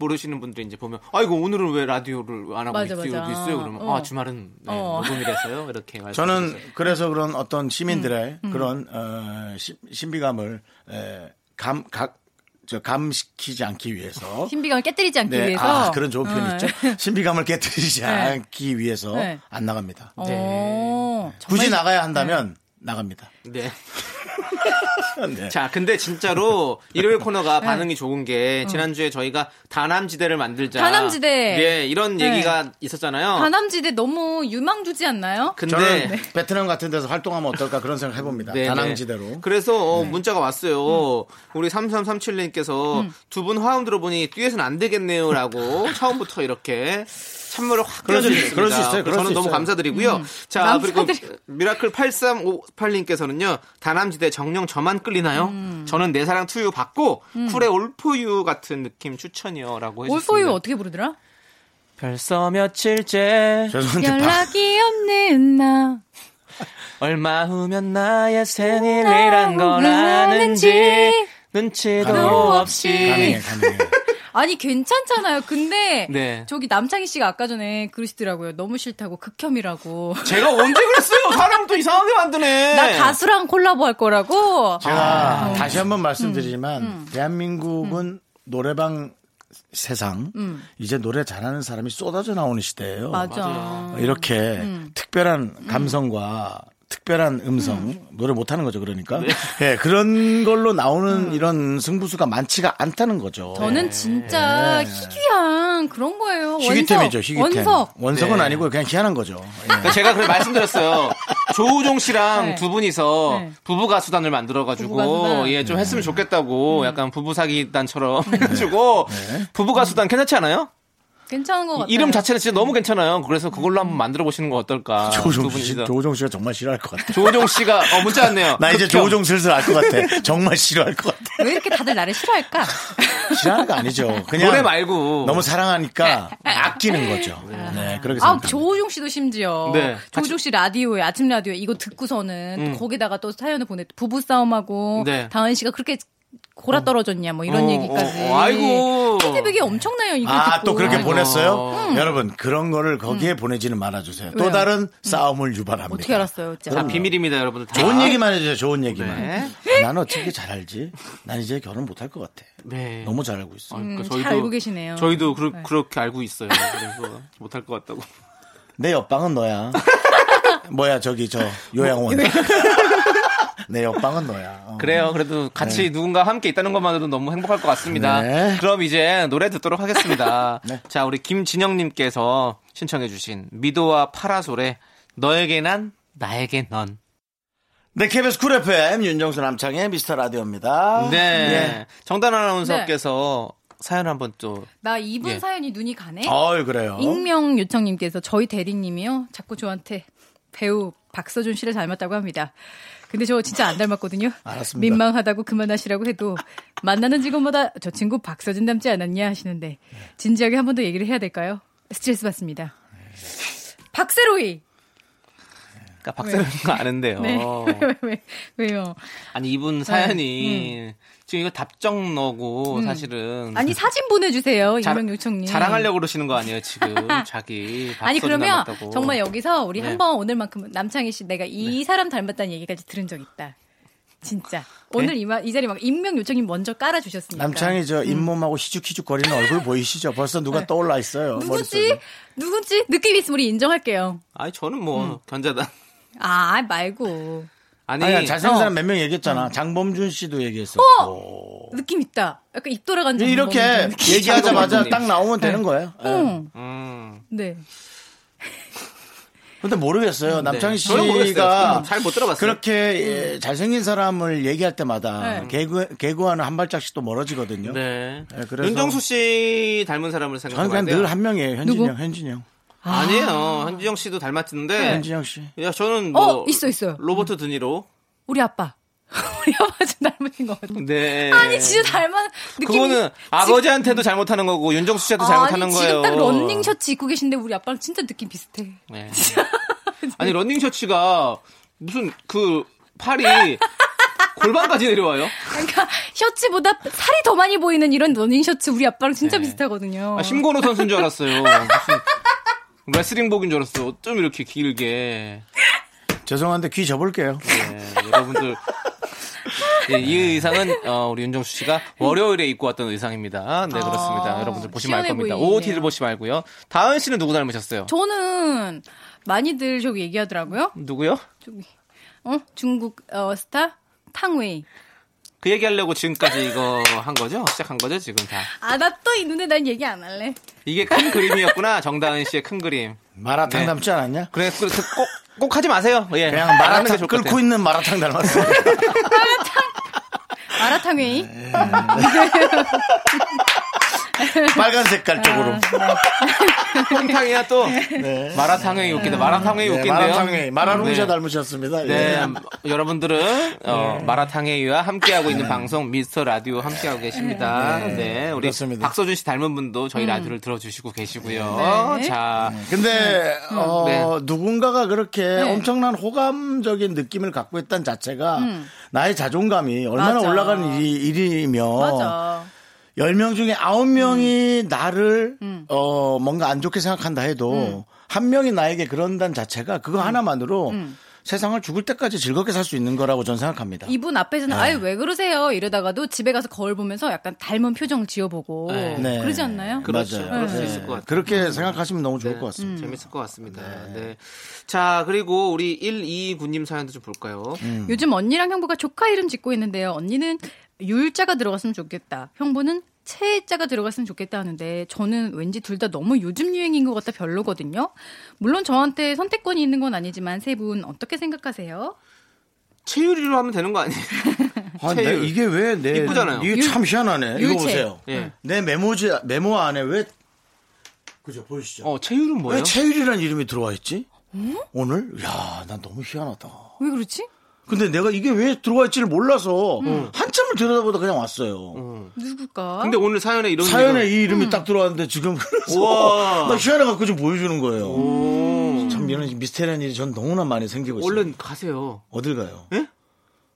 모르시는 분들이 이제 보면, 아이고, 오늘은 왜 라디오를 안 하고
맞아,
있-
맞아.
여기 있어요? 그러면,
어.
아, 주말은 네,
어.
녹음이라서요. 이렇게 말씀
저는 그래서 그런 어떤
음,
시민들의 그런 어, 시- 신비감을 에, 감, 각, 저, 감시키지 않기 위해서.
신비감을 깨뜨리지 않기
네,
위해서.
아, 그런 좋은 표현이
네.
있죠. 신비감을 깨뜨리지 않기 위해서
네.
안 나갑니다.
어, 정말
굳이 나가야 한다면 나갑니다.
네.
네.
자, 근데 진짜로 일요일
네.
코너가 반응이 좋은 게 지난주에 저희가 다남지대를 만들자.
어. 다남지대.
예, 이런
네.
얘기가 있었잖아요.
다남지대 너무 유망주지 않나요?
근데
저는
네.
베트남 같은 데서 활동하면 어떨까 그런 생각 해봅니다.
네, 네.
다낭지대로. 네. 음.
그래서 어, 문자가 왔어요. 우리 3337님께서 두 분 화음 들어보니 듀엣은 안 되겠네요라고 처음부터 이렇게 찬물을 확
그럴 수
끼얹어주셨습니다.
있- 그럴 수 있어요. 그럴
저는
수
너무
있어요.
감사드리고요. 자 그리고
음. 감사드리-
미라클 8358님께서는요. 다남지대 정령 저만 끌리나요?
음.
저는 내 사랑 투유 받고 쿨의 올포유 같은 느낌 추천이요라고 해주셨습니다.
올포유 어떻게 부르더라?
벌써 며칠째
죄송한데 바-
연락이 없는 나.
얼마 후면 나의 생일이란 걸 아는지 눈치도
가능해요.
없이
가능해,
네.
가능해.
아니 괜찮잖아요. 근데
네.
저기 남창희 씨가 아까 전에 그러시더라고요. 너무 싫다고 극혐이라고.
제가 언제 그랬어요? 사람 또 이상하게 만드네. 아,
나 가수랑 콜라보 할 거라고.
제가
아.
다시
음.
한번 말씀드리지만 대한민국은 노래방 세상 이제 노래 잘하는 사람이 쏟아져 나오는 시대예요.
음. 맞아.
이렇게
음.
특별한 감성과 특별한 음성 노래 못하는 거죠 그러니까
네.
예 그런 걸로 나오는 이런 승부수가 많지가 않다는 거죠.
음. 저는 진짜 희귀한 그런 거예요.
네. 희귀템이죠
원석,
희귀템.
원석.
원석은
네.
아니고 그냥 희한한 거죠. 예.
그러니까 제가 그래 말씀드렸어요. 조우종 씨랑
네.
두 분이서
네.
부부 가수단을 만들어가지고
부부 가수단. 음. 네.
예 좀
네.
했으면 좋겠다고 약간 부부 사기단처럼 해가지고
네.
부부 가수단 괜찮지 않아요?
괜찮은 것 같아요.
이름 자체는 진짜 너무 괜찮아요. 그래서 그걸로 한번 만들어 보시는 건 어떨까?
조우종
두
씨,
분이서.
조우종 씨가 정말 싫어할 것 같아.
조우종 씨가 어 문자 왔네요.
나 이제
극혐.
조우종 슬슬 알 것 같아. 정말 싫어할 것 같아.
왜 이렇게 다들 나를 싫어할까?
싫어하는 거 아니죠. 그냥
노래 말고
너무 사랑하니까 아끼는 거죠. 네, 그렇게
아,
생각합니다.
조우종 씨도 심지어.
네. 음.
조우종 씨 라디오에, 아침 라디오에 이거 듣고서는 거기다가 또 사연을 보내, 부부싸움하고.
네.
다은 씨가 그렇게 골아 떨어졌냐 뭐 이런
어,
얘기까지.
어, 어, 아이고.
피드백이 엄청나요. 이거
아
듣고. 음.
또 그렇게 보냈어요?
음.
여러분 그런 거를 거기에 보내지는 말아주세요. 또
왜요? 음.
다른 싸움을 유발합니다.
어떻게 알았어요? 진짜.
자, 비밀입니다, 여러분들.
음.
다.
좋은 얘기만 해주세요. 좋은 얘기만.
네.
나는 어떻게 잘 알지? 난 이제 결혼 못 할 것 같아.
네.
너무 잘 알고 있어.
아, 그러니까
음, 잘 알고 계시네요.
저희도 그,
네.
렇게 알고 있어요. 그래서 못할 것 같다고.
내 옆방은 너야. 뭐야 저기 저 요양원. 내 옆방은 너야. 어.
그래요. 그래도 같이 누군가 함께 있다는 것만으로도 너무 행복할 것 같습니다.
네.
그럼 이제 노래 듣도록 하겠습니다. 자, 우리 김진영님께서 신청해주신 미도와 파라솔의 너에게 난 나에게 넌.
네, KBS 쿨 FM 윤정수 남창의 미스터 라디오입니다.
네. 정단 아나운서께서
아나운서께서
사연 한번 또.
나 이분
예.
사연이 눈이 가네.
어이 그래요.
익명 요청님께서 저희 대리님이요. 자꾸 저한테 배우 박서준 씨를 닮았다고 합니다. 근데 저 진짜 안 닮았거든요.
알았습니다.
민망하다고 그만하시라고 해도 만나는 직원마다 저 친구 박서준 닮지 않았냐 하시는데 진지하게 한 번 더 얘기를 해야 될까요? 스트레스 받습니다. 박세로이.
그러니까 박사님거 아는데요.
네. 왜, 왜, 왜요?
아니, 이분 사연이 지금 이거 답정 넣고 사실은.
음. 아니 사진 보내주세요.
자-
익명 요청님.
자랑하려고 그러시는 거 아니에요, 지금. 자기. 박서준
아니 그러면
닮았다고.
정말 여기서 우리
네.
한번 오늘만큼은 남창희 씨 내가 이 사람 닮았다는 얘기까지 들은 적 있다.
네?
진짜 오늘 이, 마- 이 자리 막 임명 요청님 먼저 깔아 주셨으니까.
남창이
음.
저 잇몸하고 희죽희죽 거리는 얼굴 보이시죠? 벌써 누가
네.
떠올라 있어요.
누군지
머릿속에.
누군지 느낌 있으면 우리 인정할게요.
아니, 저는 뭐,
음.
견자단.
아 말고
아니,
아니, 잘생긴
어.
사람 몇 명 얘기했잖아. 장범준 씨도 얘기했어.
느낌 있다. 약간 입 돌아간 적
이렇게 얘기하자마자
장범준님. 네.
딱 나오면 되는 거예요. 예.
응.
음.
네.
근데 모르겠어요. 남창희
네. 저는 모르겠어요.
씨가
잘 못 들어봤어요. 음.
그렇게 예, 잘생긴 사람을 얘기할 때마다
네.
개그 개그와는 한 발짝씩 또 멀어지거든요.
네.
네, 그래서-
윤정수 씨 닮은 사람을
저는
생각해봐야
그냥
돼요.
늘 한 명이에요. 현진영,
누구?
현진영,
아니에요. 한지영 씨도 닮았는데.
현진영 씨.
야, 저는 뭐
어, 있어, 있어요.
로버트 드니로.
우리 아빠. 우리 아빠 좀 닮은 것 같아.
네.
아니 진짜 닮은 느낌.
그거는 아버지한테도 잘못하는 거고 윤정수 씨한테 잘못하는
아니,
거예요.
지금 딱 런닝 셔츠 입고 계신데 우리 아빠랑 진짜 느낌 비슷해.
네. 아니 런닝 셔츠가 무슨 그 팔이 골반까지 내려와요.
그러니까 셔츠보다 살이 더 많이 보이는 이런 러닝 셔츠 우리 아빠랑 진짜
네.
비슷하거든요.
아, 심건호 선수인 줄 알았어요. 무슨 레슬링복인 줄 알았어. 어쩜 이렇게 길게.
죄송한데 귀 접을게요.
네, 여러분들. 예, 이 의상은 어, 우리 윤정수 씨가 월요일에 입고 왔던 의상입니다. 네 그렇습니다.
아,
여러분들 보시면 알
시원해
겁니다.
보이네요.
OOT를 보시 말고요. 다은 씨는 누구 닮으셨어요?
저는 많이들 저기 얘기하더라고요.
누구요?
저기 어 중국 어, 스타 탕웨이.
그 얘기하려고 지금까지 이거 한 거죠? 시작한 거죠? 지금 다.
아 나 또 이 눈에 난 얘기 안 할래.
이게 큰 그림이었구나. 정다은 씨의 큰 그림.
마라탕
네.
닮지 않았냐?
그래, 그래 꼭, 꼭 하지 마세요. 예.
그냥
안 하는 게
마라탕
좋을 것 같아요.
끓고 있는 마라탕 닮았어.
마라탕웨이.
네.
빨간 색깔
아,
쪽으로.
탕탕이야 또. 마라탕이 웃기다. 마라탕이
네,
웃긴데요.
마라탕이 마라룽샤
네.
닮으셨습니다.
네,
예.
여러분들은
네.
어, 마라탕회의와 함께하고 있는 방송 미스터 라디오 함께하고 계십니다. 네, 우리
그렇습니다. 음.
박서준 씨 닮은 분도 저희 라디오를 들어주시고 계시고요.
네.
자,
근데 어,
네.
누군가가 그렇게 엄청난 호감적인 느낌을 갖고 있다는 자체가
음.
나의 자존감이 얼마나
맞아.
올라가는 일이, 일이며
어.
맞아.
열 명 중에 아홉 명이
음.
나를 어, 뭔가 안 좋게 생각한다
음.
해도 한 명이 나에게 그런다는 자체가 그거 하나만으로
음.
세상을 죽을 때까지 즐겁게 살 수 있는 거라고 저는 생각합니다.
이분 앞에서는
네.
아유 왜 그러세요 이러다가도 집에 가서 거울 보면서 약간 닮은 표정 지어보고
네.
그러지 않나요?
그렇죠.
맞아요.
그럴 수
네.
있을 것 같아요. 네.
그렇게 생각하시면 너무 좋을 것 같습니다.
음. 재밌을 것 같습니다. 네. 자, 그리고 우리 129님 사연도 좀 볼까요?
음.
요즘 언니랑 형부가 조카 이름 짓고 있는데요. 언니는 율자가 들어갔으면 좋겠다. 형부는 채자가 들어갔으면 좋겠다 하는데 저는 왠지 둘 다 너무 요즘 유행인 것 같아 별로거든요. 물론 저한테 선택권이 있는 건 아니지만 세 분 어떻게 생각하세요?
체율이로 하면 되는 거 아니에요?
아, 내,
체율.
이게 왜 내,
이쁘잖아요.
이게 참 희한하네. 이거
음. 율체.
보세요.
예.
내 메모지, 메모 안에 왜, 그죠, 보이시죠?
어, 체율은
왜
뭐예요?
체율이라는 이름이 들어와 있지?
음?
오늘? 야, 난 너무 희한하다.
왜 그렇지?
근데 내가 이게 왜 들어와 있지를 몰라서
음.
한참을 들여다보다 그냥 왔어요.
음.
누굴까?
어? 근데 오늘 사연에 이런
음. 사연에
얘기가-
이 이름이
음.
딱 들어왔는데 지금 그래서
우와.
나 희한해갖고 좀 보여주는 거예요.
음.
참 이런 미스테리한 일이 전 너무나 많이 생기고 있어요.
얼른 가세요.
어딜 가요? 음.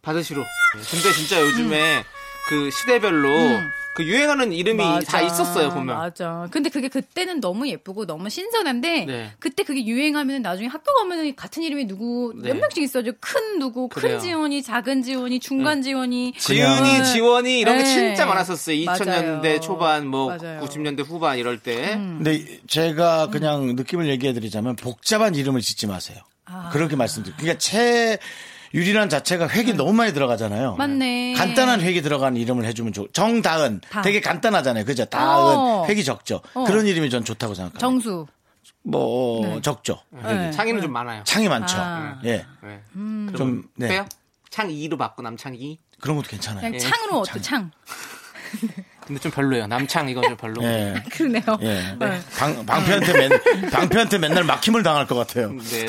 받으시러. 네, 근데 진짜 요즘에 그 시대별로
음.
그 유행하는 이름이 다 있었어요 보면.
맞아. 근데 그게 그때는 너무 예쁘고 너무 신선한데
네.
그때 그게 유행하면 나중에 학교 가면 같은 이름이 누구
네.
몇 명씩 있어요. 큰 누구,
그래요. 네.
큰 지원이, 작은 지원이, 중간 지원이.
지은이, 지원이 이런 게
네.
진짜 많았었어요. 2000년대
맞아요.
초반, 뭐
맞아요. 음.
90년대 후반 이럴 때.
근데 제가 그냥 느낌을 얘기해드리자면 복잡한 이름을 짓지 마세요.
아.
그렇게 말씀드려요. 그러니까 채 유리란 자체가 획이 너무 많이 들어가잖아요.
네. 맞네.
간단한 획이 들어간 이름을 해주면 좋. 정다은
다.
되게 간단하잖아요. 그죠? 다은
어.
획이 적죠.
어.
그런 이름이 전 좋다고 생각합니다.
정수.
뭐 적죠.
네. 음.
창의는 좀 많아요.
창이 많죠.
아.
예,
네.
좀 네.
빼요? 창이로 바꿔 남창이.
그런 것도 괜찮아요.
그냥 창으로 어때? 창.
근데 좀 별로예요. 남창 이건 좀 별로.
예.
그러네요.
예.
네.
방, 방패한테 맨, 방패한테 맨날 막힘을 당할 것 같아요.
네.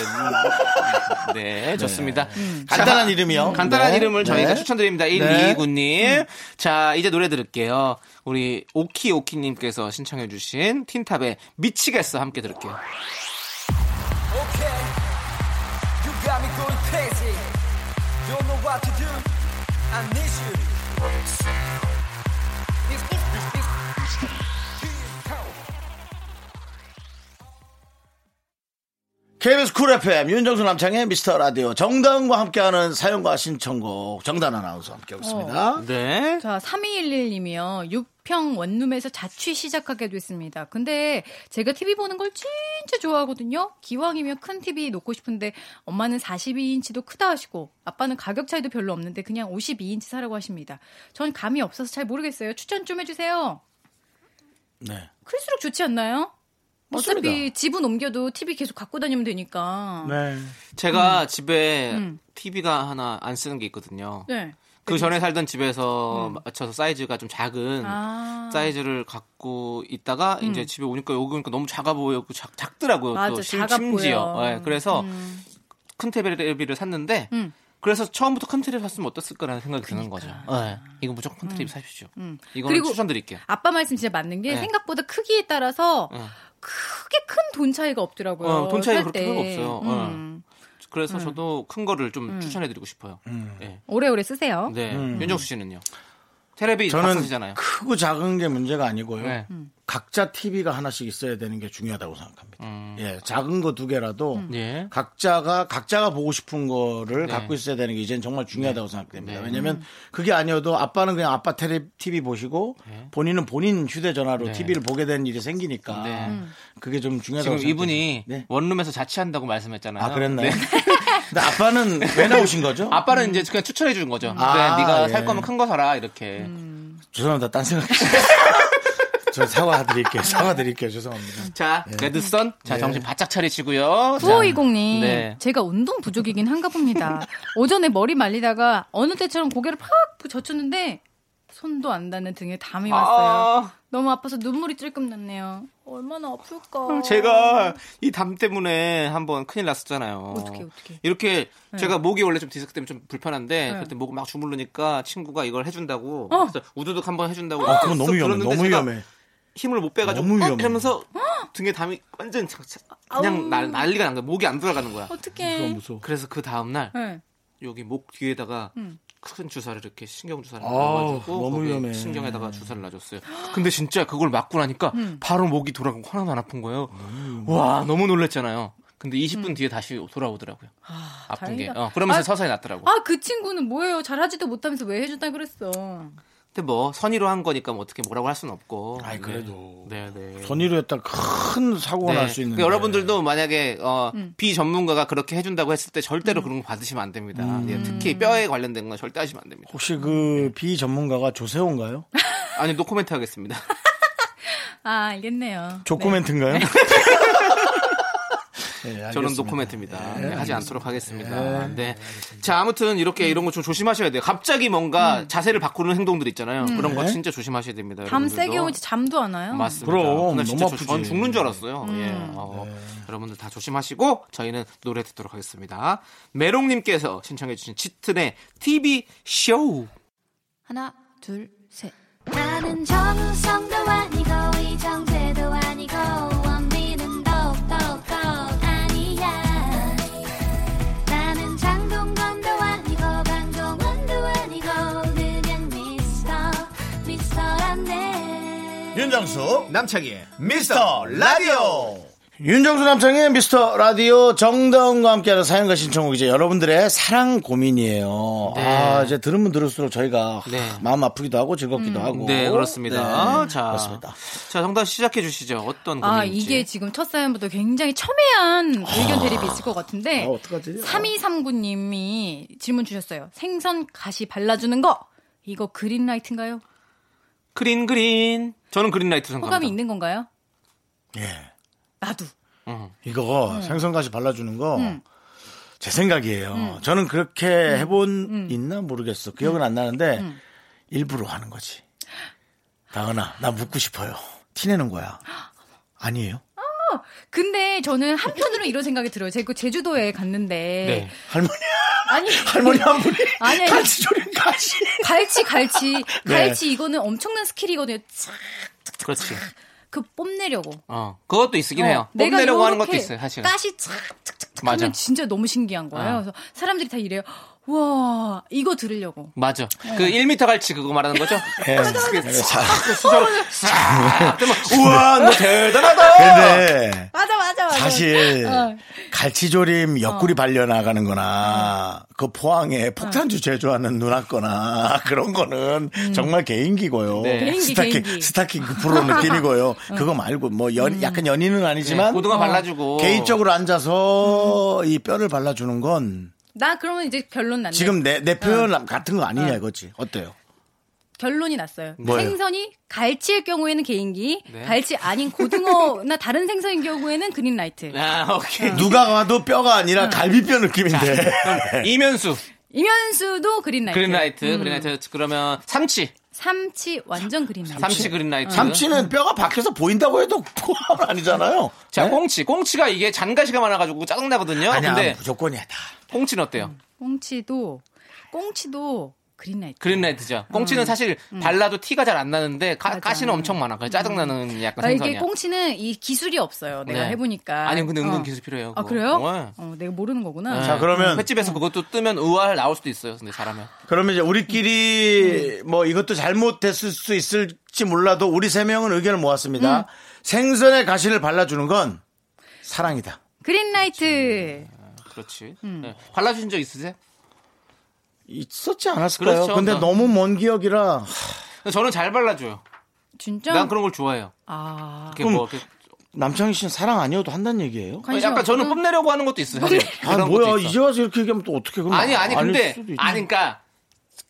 네, 좋습니다.
음.
간단한 이름이요.
간단한
네.
이름을 저희가
네.
추천드립니다. 1,
네.
2, 9님. 자, 이제 노래 들을게요. 우리 오키오키님께서 신청해주신 틴탑의 미치겠어 함께 들을게요.
KBS 쿨 FM 윤정수 남창의 미스터 라디오 정다은과 함께하는 사연과 신청곡 정다은 아나운서 함께하고 있습니다.
네.
자, 3211님이요. 육평 원룸에서 자취 시작하게 됐습니다. 근데 제가 TV 보는 걸 진짜 좋아하거든요. 기왕이면 큰 TV 놓고 싶은데 엄마는 42인치도 크다 하시고 아빠는 가격 차이도 별로 없는데 그냥 52인치 사라고 하십니다. 전 감이 없어서 잘 모르겠어요. 추천 좀 해주세요.
네.
클수록 좋지 않나요? 어차피 집은 옮겨도 TV 계속 갖고 다니면 되니까.
네.
제가 집에
음.
TV가 하나 안 쓰는 게 있거든요.
네. 음.
그 전에 살던 집에서 맞춰서 사이즈가 좀 작은
아. 음.
사이즈를 갖고 있다가 이제 집에 오니까 여기 오니까 너무 작아 보이고 작, 작더라고요.
맞아,
또 심,
작아
심지어.
보여.
예, 그래서
음.
큰 테레비를 샀는데
음.
그래서 처음부터 큰 테레비 샀으면 어땠을까라는 생각이 드는 거죠. 예, 이거 무조건 큰 테레비 사십시오. 이거는
음. 그리고-
추천드릴게요.
아빠 말씀 진짜 맞는 게
네.
생각보다 크기에 따라서
예.
크게 큰 돈 차이가 없더라고요.
어, 돈 차이가
살
그렇게
때.
큰거 없어요.
음.
그래서 저도 큰 거를 좀 추천해드리고 싶어요.
음.
예.
오래오래 쓰세요.
네. 윤정수 씨는요? 테레비 다
저는
쓰시잖아요.
크고 작은 게 문제가 아니고요.
네.
음.
각자 TV가 하나씩 있어야 되는 게 중요하다고 생각합니다.
음.
예, 작은 거 두 개라도
예.
각자가 각자가 보고 싶은 거를
네.
갖고 있어야 되는 게 이제는 정말 중요하다고 생각됩니다. 왜냐하면 그게 아니어도 아빠는 그냥 아빠 테레 TV 보시고 본인은 본인 휴대전화로 TV를 보게 되는 일이 생기니까
네.
그게 좀 중요하다고
지금 이분이
생각됩니다. 네.
원룸에서 자취한다고 말씀했잖아요.
아 그랬나요?
네.
근데 아빠는 왜 나오신 거죠?
아빠는 이제 그냥 추천해 주는 거죠.
아,
그래, 네가
예.
살 거면 큰 거 사라 이렇게.
음.
죄송합니다. 딴 생각. 저 사과드릴게요. 사과드릴게요. 죄송합니다.
자, 레드선.
예.
자, 정신 바짝 차리시고요. 자,
9520님,
네.
제가 운동 부족이긴 한가 봅니다. 오전에 머리 말리다가 어느 때처럼 고개를 팍 젖혔는데 손도 안 닿는 등에 담이 왔어요.
아,
너무 아파서 눈물이 찔끔 났네요. 얼마나 아플까.
음, 제가 이 담 때문에 한번 큰일 났었잖아요.
어떡해, 네. 어떡해.
이렇게 제가 목이 원래 좀 디스크 때문에 좀 불편한데
네.
그때 목 막 주물르니까 친구가 이걸 해준다고
어.
그래서 우두둑 한번 해준다고
아, 그건 너무
쓱
위험해.
들었는데
너무
제가
위험해.
힘을 못 빼가지고
너무
어?
위험해.
이러면서 등에 담이 완전 차- 차- 그냥 날, 난리가 난 거야. 목이 안 돌아가는 거야.
어떡해.
무서워.
그래서 그 다음 날
네.
여기 목 뒤에다가
음.
큰 주사를 이렇게 신경 주사를
아우,
넣어가지고
너무
거기
위험해. 네.
신경에다가 주사를 놔줬어요. 근데 진짜 그걸 맞고 나니까
음.
바로 목이 돌아가고 하나도 안 아픈 거예요.
음.
와 너무 놀랬잖아요. 근데 20분 뒤에 다시 돌아오더라고요. 아, 픈 게.
음. 다행이다.
어, 그러면서
아,
서서히 낫더라고. 요
아, 그 친구는 뭐예요? 잘하지도 못하면서 왜 해준다 그랬어.
근데 뭐 선의로 한 거니까 뭐 어떻게 뭐라고 할 수는 없고.
아이, 그래도.
네, 네.
전의로 했다 큰 사고가
네.
날 수 있는.
그러니까 여러분들도 만약에 어,
음.
비전문가가 그렇게 해준다고 했을 때 절대로 그런 거 받으시면 안 됩니다.
음.
예, 특히 뼈에 관련된 건 절대 하시면 안 됩니다.
혹시 그 비전문가가 조세호인가요?
아니 노코멘트 하겠습니다.
아, 알겠네요.
조코멘트인가요? 네,
저는
알겠습니다. 예,
노코멘트입니다. 네, 하지 않도록 하겠습니다. 네. 자, 아무튼 이렇게 이런 거 좀 조심하셔야 돼요. 갑자기 뭔가 자세를 바꾸는 행동들 있잖아요. 그런 거
네.
진짜 조심하셔야 됩니다.
음. 밤
여러분들도.
세게 오면 진짜 잠도 안 와요.
맞습니다.
그럼,
그날 진짜
너무
저- 전
아프지. 네.
죽는 줄 알았어요.
음.
예. 어, 여러분들 다 조심하시고 저희는 노래 듣도록 하겠습니다. 메롱님께서 신청해주신 짙은의 TV 쇼.
하나, 둘, 셋.
나는 정우성도 아니고 이정재도 아니고 원빈은 더욱더 아니야 나는 장동건도 아니고 방종원도 아니고 그냥 미스터 같네
윤정수
남창희의
미스터 라디오
윤정수 남창의 미스터 라디오 정다운과 함께하는 사연과 신청곡 이제 여러분들의 사랑 고민이에요.
네.
아 이제 들으면 들을수록 저희가
네.
하, 마음 아프기도 하고 즐겁기도 하고.
네 그렇습니다.
네,
자,
그렇습니다.
자 정답 시작해 주시죠. 어떤 고민인지.
아, 이게 지금 첫 사연부터 굉장히 첨예한 의견 대립이 있을 것 같은데.
아, 어떡하지?
3239님이 질문 주셨어요. 생선 가시 발라주는 거! 이거 그린라이트인가요?
그린 그린. 저는 그린라이트 생각합니다.
호감이 있는 건가요?
예.
나도.
이거 생선가시 발라주는 거.
음.
제 생각이에요. 저는 그렇게 해본
음.
있나 모르겠어. 기억은 안 나는데 일부러 하는 거지. 다은아, 나 묻고 싶어요. 티내는 거야. 아니에요?
근데 저는 한편으로 이런 생각이 들어요. 제가 제주도에 갔는데.
네.
할머니,
아니.
할머니 한 분이
아니, 아니.
같이 조림 가시.
갈치,
네.
갈치. 갈치 이거는 엄청난 스킬이거든요. 촥,
그렇지.
그 뽐내려고.
어 그것도 있긴 해요.
내가
뽐내려고 하는 것도
요렇게
있어요. 사실은.
가시 착착착
맞아.
하면 진짜 너무 신기한 거예요.
아.
그래서 사람들이 다 이래요. 와 이거 들으려고.
맞아. 그 1m 갈치 그거 말하는 거죠?
예.
아,
우와, 너 대단하다.
근데
맞아 맞아 맞아.
사실
어.
갈치조림 옆구리 발려 나가는
어.
거나 그 포항에 폭탄주 제조하는 누나 거나 그런 거는 정말 개인기고요.
네.
음. 개인기,
스타킹
개인기. 어. 음.
스타킹 그 프로 느낌이고요. 그거 말고 뭐 연, 약간 연인은 아니지만
네, 고등어 발라주고.
개인적으로 앉아서
음.
이 뼈를 발라주는 건
나 그러면 이제 결론 났네.
지금 내, 내 표현 같은 거 아니냐 이거지. 어때요?
결론이 났어요.
뭐예요?
생선이 갈치일 경우에는 개인기,
네.
갈치 아닌 고등어나 다른 생선인 경우에는 그린라이트.
아, 오케이.
누가 봐도 뼈가 아니라 갈비뼈 느낌인데.
이면수.
네. 이면수도 그린라이트.
그린라이트. 그린라이트. 그러면 삼치.
삼치 완전 그린라이트.
삼치 그린라이트.
참치는 뼈가 밖에서 보인다고 해도 포함 아니잖아요.
자,
네?
꽁치. 꽁치가 이게 잔가시가 많아가지고 짜증나거든요.
아니야
근데
무조건이야 다.
꽁치는 어때요?
꽁치도 꽁치도 그린라이트.
그린라이트죠. 꽁치는 사실 발라도 티가 잘 안 나는데 가,
맞아.
가시는 엄청 많아. 그래서 짜증나는 약간
아, 이게
생선이야.
꽁치는 이 기술이 없어요. 내가
네.
해보니까.
아니, 근데 은근
어.
기술 필요해요.
아
그거.
그래요?
네.
어, 내가 모르는 거구나.
네.
자, 그러면-
횟집에서 그것도 뜨면 의아할 나올 수도 있어요. 근데 잘하면.
그러면 이제 우리끼리 뭐 이것도 잘못됐을 수 있을지 몰라도 우리 세 명은 의견을 모았습니다. 생선에 가시를 발라주는 건 사랑이다.
그린라이트.
그렇지. 네. 발라주신 적 있으세요?
있었지 않았을까요?
그렇죠.
근데
나-
너무 먼 기억이라 하,
저는 잘 발라줘요.
진짜?
난 그런 걸 좋아해요.
아.
이렇게
그럼-
뭐 이렇게
남창희 씨는 사랑 아니어도 한다는 얘기예요?
관심
약간 저는
없구나.
뽐내려고 하는 것도 있어요. 사실.
아
그러니까 그런
뭐야
것도 있어.
이제 와서 이렇게 얘기하면 또 어떻게 그럼
아니 아니
아닐
근데
수도 있지.
아니 그러니까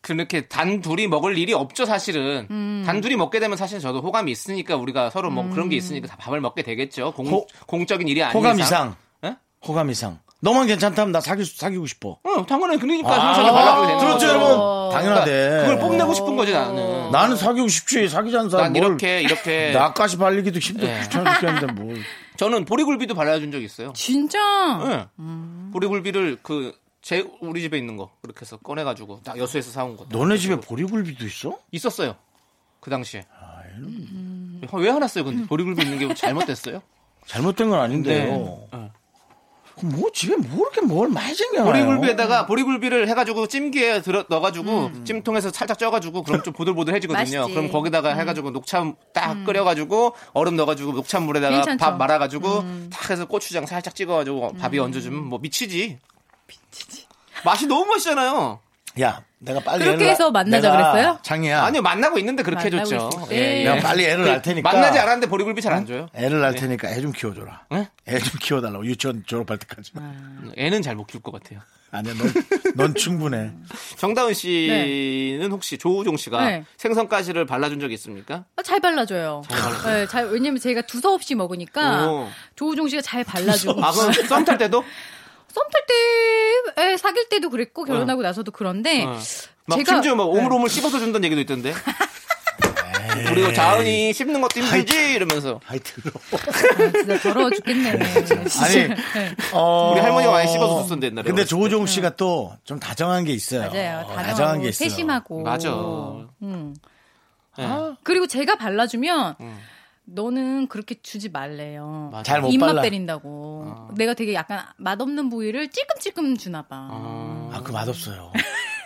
그렇게 단 둘이 먹을 일이 없죠 사실은
음.
단 둘이 먹게 되면 사실 저도 호감이 있으니까 우리가 서로 뭐 그런 게 있으니까 다 밥을 먹게 되겠죠 공,
호-
공적인 일이 아니니까
호감 이상
예?
호감 이상 너만 괜찮다면 나 사귀, 사귀고 싶어.
어 당연히 그러니까 생선을 발라도 되는
들었죠 아, 그렇죠,
거죠.
여러분? 당연하대.
그러니까 그걸 뽐내고 싶은 거지 나는
나는 사귀고 싶지 사귀지 않은 사람
어. 난
뭘
이렇게 이렇게
나까지 발리기도 힘들어
예.
귀찮아 죽겠는데 뭐. 뭘
저는 보리굴비도 발라준 적 있어요
진짜? 아,
예. 보리굴비를 그 제 우리 집에 있는 거 그렇게 해서 꺼내가지고 딱 여수에서 사온 거
너네 집에 보리굴비도 있어?
있었어요. 그 당시에. 음. 왜 화났어요?
음.
근데 보리굴비 있는 게뭐 잘못됐어요?
잘못된 건 아닌데요. 어.
네.
그럼 뭐 집에 뭐 이렇게 뭘 많이 챙겨요?
보리굴비에다가 보리굴비를 해가지고 찜기에 들어 넣어가지고 찜통에서 살짝 쪄가지고 그럼 좀 보들보들해지거든요.
음. 맛있지. 음.
그럼 거기다가 해가지고 녹차 딱 끓여가지고 얼음 넣어가지고 녹차물에다가
괜찮죠. 음.
밥 말아가지고 탁 해서 고추장 살짝 찍어가지고 밥이 얹어주면 뭐 미치지. 맛이 너무 맛있잖아요.
야, 내가 빨리
그렇게
애를
해서
낳-
만나자
내가
그랬어요?
장이야.
아니요 만나고 있는데 그렇게
만나고
해줬죠.
있을 때.
예, 예.
내가 빨리 애를 낳을 테니까.
만나지 네. 않았는데 보리굴비 잘 안 줘요.
애를 낳을 테니까 애 좀 키워줘라.
네?
애 좀 키워달라고 유치원 졸업할 때까지.
네.
애는 잘 못 키울 것 같아요.
아니야, 넌, 넌 충분해.
정다은 씨는 혹시 조우종 씨가
네.
생선가시를 발라준 적이 있습니까?
아, 잘 발라줘요. 잘 네, 잘, 왜냐면 제가 두서없이 먹으니까
오.
조우종 씨가 잘 발라주고.
아, 그럼 썸탈 때도?
썸탈 때, 에, 사귈 때도 그랬고, 결혼하고 나서도 그런데.
어. 막
제가- 네.
심지어 막 오물오물 씹어서 준다는 얘기도 있던데. 그리고 자은이 씹는 것도 힘들지 이러면서
하이 더러워.
진짜 더러워 죽겠네. 진짜.
아니, 어.
우리 할머니가 많이 씹어서 줬었는데 옛날에.
근데
어렸을
조종 씨가 또 좀 다정한 게 있어요.
맞아요.
다정한 게
다정하고
있어요.
세심하고.
맞아.
음.
네.
그리고 제가 발라주면 너는 그렇게 주지 말래요. 어.
맞아.
잘못
입맛
발라.
때린다고.
어.
내가 되게 약간 맛없는 부위를 찔끔찔끔 주나 봐.
아, 그 맛없어요.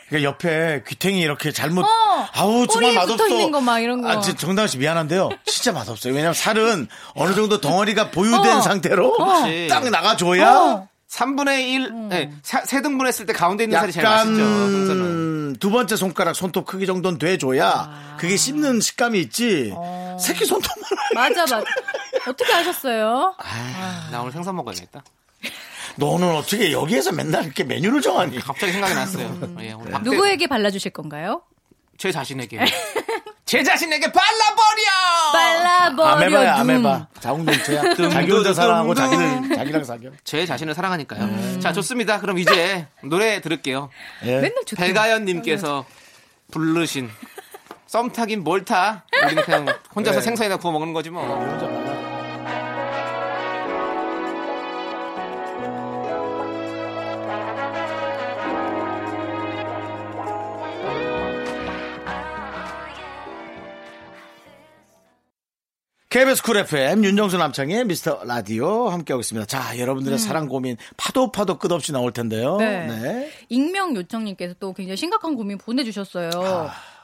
그러니까 옆에 귀탱이 이렇게 잘못
어,
아우 정말
꼬리에
맛없어.
붙어있는 거막 이런 거.
아, 진- 정다은 씨 미안한데요. 진짜 맛없어요. 왜냐면 살은 어느 정도 덩어리가 보유된
어.
상태로
그렇지.
딱 나가줘야
어.
3분의 1,
음.
네, 사, 세 등분 했을 때 가운데 있는 살이 제일 맛있죠. 항상은.
약간 두 번째 손가락 손톱 크기 정도는 돼줘야 그게 씹는 식감이 있지. 새끼 손톱만
아. 어. 맞아 맞아. 어떻게 아셨어요?
아, 나 오늘 생선 먹어야겠다.
너는 어떻게 여기에서 맨날 이렇게 메뉴를 정하니?
갑자기 생각이 났어요. 예, 오늘 박대-
음. 누구에게 발라주실 건가요?
제 자신에게. 제 자신에게 발라버려!
발라버려
아메바야
눈.
아메바. 자웅동체야.
음. 둥,
자기 혼자
둥,
사랑하고
둥.
자기를 자기랑 사겨.
제 자신을 사랑하니까요. 자, 좋습니다. 그럼 이제 노래 들을게요.
예.
맨날 좋다.
백아연님께서 부르신 썸타긴 뭘 타? 우리는 그냥 혼자서
네.
생선이나 구워 먹는 거지 뭐.
혼자 만나. KBS 쿨 FM 윤정수 남창의 미스터 라디오 함께하고 있습니다. 자,
음.
여러분들의 사랑 고민 파도 파도 끝없이 나올 텐데요.
네.
네.
익명 요청님께서 또 굉장히 심각한 고민 보내주셨어요.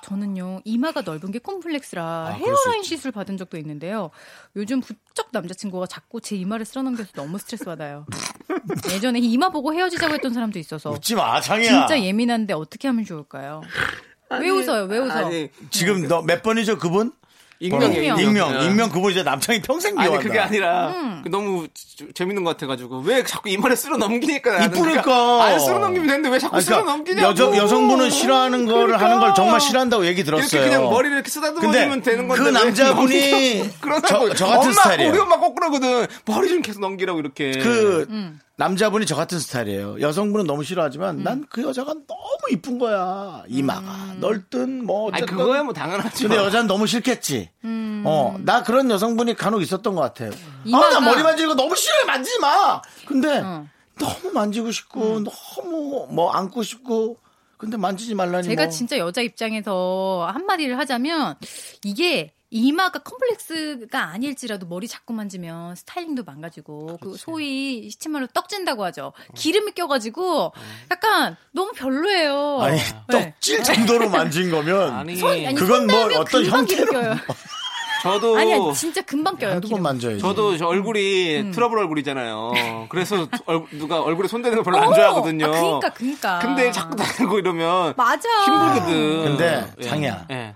저는요 이마가 넓은 게 콤플렉스라 헤어라인 시술 받은 적도 있는데요. 요즘 부쩍 남자친구가 자꾸 제 이마를 쓸어넘겨서 너무 스트레스 받아요. 예전에 이마 보고 헤어지자고 했던 사람도 있어서
웃지 마, 창이야.
진짜 예민한데 어떻게 하면 좋을까요? 왜 웃어요? 왜 웃어?
아니,
지금 너 몇 번이죠, 그분?
익명이에요. 네.
번호.
익명, 익명 그분 이제 남창이 평생
아니
미워한다. 음.
그게 아니라 그 너무 지- 재밌는 것 같아가지고 왜 자꾸 이마를 쓸어 넘기니까 나는
이쁘니까.
그러니까 안 쓸어 넘기면 되는데 왜 자꾸
아니,
쓸어
그러니까
넘기냐고
여저, 여성분은 싫어하는 거를
그러니까.
하는 걸 정말 싫어한다고 얘기 들었어요.
이렇게 그냥 머리를 이렇게 쓰다듬어주면 되는 건데
그
왜
남자분이
넘겨? 그렇다고
저- 저 같은
엄마,
스타일이에요.
우리 엄마 꼭 그러거든 머리 좀 계속 넘기라고 이렇게
그
네.
음.
남자분이 저 같은 스타일이에요. 여성분은 너무 싫어하지만 난 그 여자가 너무 이쁜 거야. 이마가
음.
넓든 뭐
아니
어쨌든.
그거야 뭐 당연하죠
근데 여자는 너무 싫겠지.
음.
어, 나 그런 여성분이 간혹 있었던 것 같아요. 아, 나
이마가- 어.
머리 만지는 거 너무 싫어요. 만지지 마. 근데 너무 만지고
음.
싶고 너무 뭐 안고 싶고 근데 만지지 말라니
제가
뭐.
진짜 여자 입장에서 한마디를 하자면 이게 이마가 컴플렉스가 아닐지라도 머리 자꾸 만지면 스타일링도 망가지고 그 소위 시치말로 떡진다고 하죠. 기름이 껴가지고 약간 너무 별로예요.
아니
네.
떡질 정도로 만진 거면
아니
아니,
그건 뭐
손나면
어떤
금방 기름
형태로
껴요.
저도
아니야 음. 진짜 금방 껴요.
한두 번
기름.
만져야지.
저도 저 얼굴이 트러블 얼굴이잖아요. 그래서 얼- 누가 얼굴에 손대는 걸 별로
어,
안 좋아하거든요.
아, 그니까 그니까.
근데 자꾸 다니고 이러면
맞아.
힘들거든.
근데
예.
장이야.
예.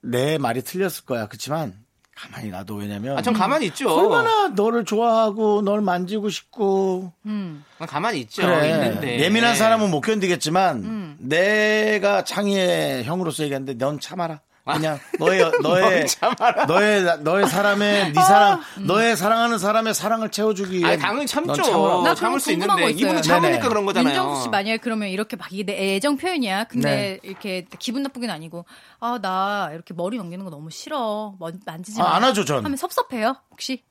내 말이 틀렸을 거야. 그렇지만 가만히 놔둬 왜냐면
아, 전 가만히 있죠.
얼마나 너를 좋아하고 널 만지고 싶고
난 가만히 네, 어, 있죠.
그래.
있는데. 네. 음.
예민한 사람은 못 견디겠지만 내가 창의의 형으로서 얘기하는데 넌 참아라. 그냥 너의 너의 너의 너의 사람의 네 사랑 너의 사랑하는 사람의 사랑을 채워주기 위해
아, 음. 아니, 당연히 참죠.
넌 참아라.
나
어, 참을
그거
수
궁금한
있는데
거 있어요.
이분은 참으니까
네네.
그런 거잖아요.
윤정수 씨 만약에 그러면 이렇게 막 이게 내 애정 표현이야.
네.
근데 이렇게 기분 나쁘긴 아니고 아 나 이렇게 머리 넘기는 거 너무 싫어. 먼- 만지지
아,
마.
안아줘, 전.
하면 섭섭해요 혹시?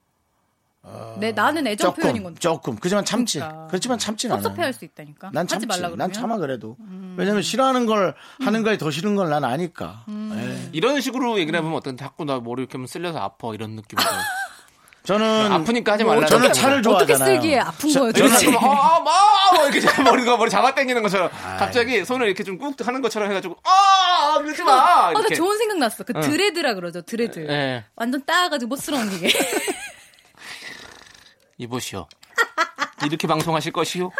아,
네 나는 애정 표현인
조금
건데
조금 그지만 참지
그러니까.
그렇지만 참지 않아.
섭섭해할 수 있다니까.
난
하지
참지.
말라 그러면. 음.
난 참아 그래도. 왜냐면 싫어하는 걸 하는 거에 더 싫은 걸 난 아니까.
음.
예.
이런 식으로 얘기를 해보면 어떤 자꾸 나 머리 이렇게 하면 쓸려서 아파 이런 느낌으로.
저는
아프니까 하지 말라.
저는 차를
어떻게
좋아하잖아요.
쓸기에 아픈
저-
거예요.
저는-
도대체.
그러면 아, 아, 아, 아, 이렇게 제가 머리가 머리 잡아 당기는 것처럼 갑자기 손을 이렇게 좀 꾹 하는 것처럼 해가지고 아, 아, 그러지 마.
아, 나
이렇게.
좋은 생각 났어. 그 드레드라 그러죠. 드레드.
예.
완전 따가지고 못 쓸어넘기게.
이보시오. 이렇게 방송하실 것이요?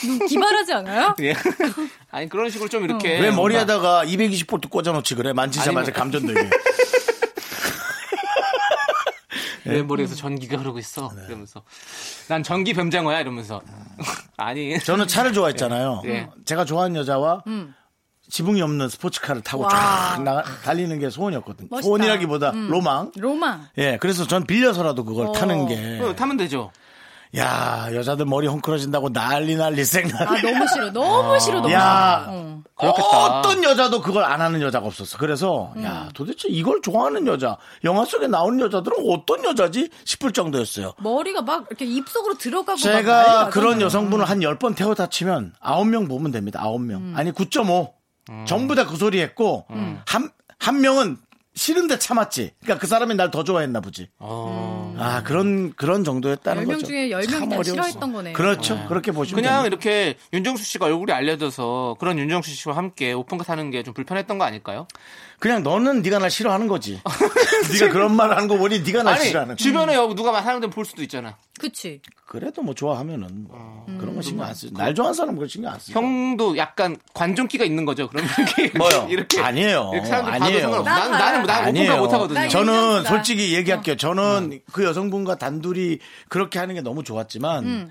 눈 음, 기발하지 않아요?
예. 아니 그런 식으로 좀 이렇게
왜
뭔가-
머리에다가 220볼트 꽂아놓지 그래? 만지자마자
예, 아니면-
감전되게.
내 예, 머리에서 전기가 흐르고 있어 이러면서 난 전기 뱀장어야 이러면서 아니
저는 차를 좋아했잖아요.
예.
제가 좋아하는 여자와 지붕이 없는 스포츠카를 타고
음. 와.
쫙 나가- 달리는 게 소원이었거든요.
멋있다.
소원이라기보다 로망.
로망.
예, 그래서 전 빌려서라도 그걸
어.
타는 게.
그거 타면 되죠
야, 여자들 머리 헝클어진다고 난리 난리 생각.
아 너무 싫어. 너무 싫어. 아, 너무
야.
싫어. 어.
그렇겠다.
어떤 여자도 그걸 안 하는 여자가 없었어. 그래서
음.
야 도대체 이걸 좋아하는 여자, 영화 속에 나오는 여자들은 어떤 여자지 싶을 정도였어요.
머리가 막 이렇게 입속으로 들어가고 뭐 막 난리
제가
나잖아요.
그런 여성분을 한 10번 태워 다치면 9명 보면 됩니다. 9명.
음.
아니 9.5.
음.
전부 다 그 소리 했고 한 한 명은 싫은데 참았지. 그러니까 그 사람이 날 더 좋아했나 보지.
어,
아 그런 그런 정도였다는
10명
거죠.
중에 10명이
참
다
어려웠어.
싫어했던 거네요.
그렇죠. 그렇게 보시면
그냥
됩니다.
이렇게 윤정수 씨가 얼굴이 알려져서 그런 윤정수 씨와 함께 오픈카 타는 게 좀 불편했던 거 아닐까요?
그냥 너는 네가 날 싫어하는 거지. 네가 그런 말 하는 거 보니 네가 날
아니
싫어하는 거.
주변에 여기 누가 막 하는데 볼 수도 있잖아.
그치.
그래도 뭐 좋아하면은 뭐
음.
그런 거 신경 안 쓰. 날 좋아하는 사람 은 그런 거 신경 안 쓰.
음. 형도 약간 관종기가 있는 거죠. 그럼 이렇게
뭐요?
이렇게
아니에요.
이렇게 사람들 봐도
아니에요.
상관없어.
나
난, 나는 나 오픈카
아니에요.
못 하거든요. 어.
나 저-
저는
인정합니다.
솔직히 얘기할게요. 저는 그 여성분과 단둘이 그렇게 하는 게 너무 좋았지만
음.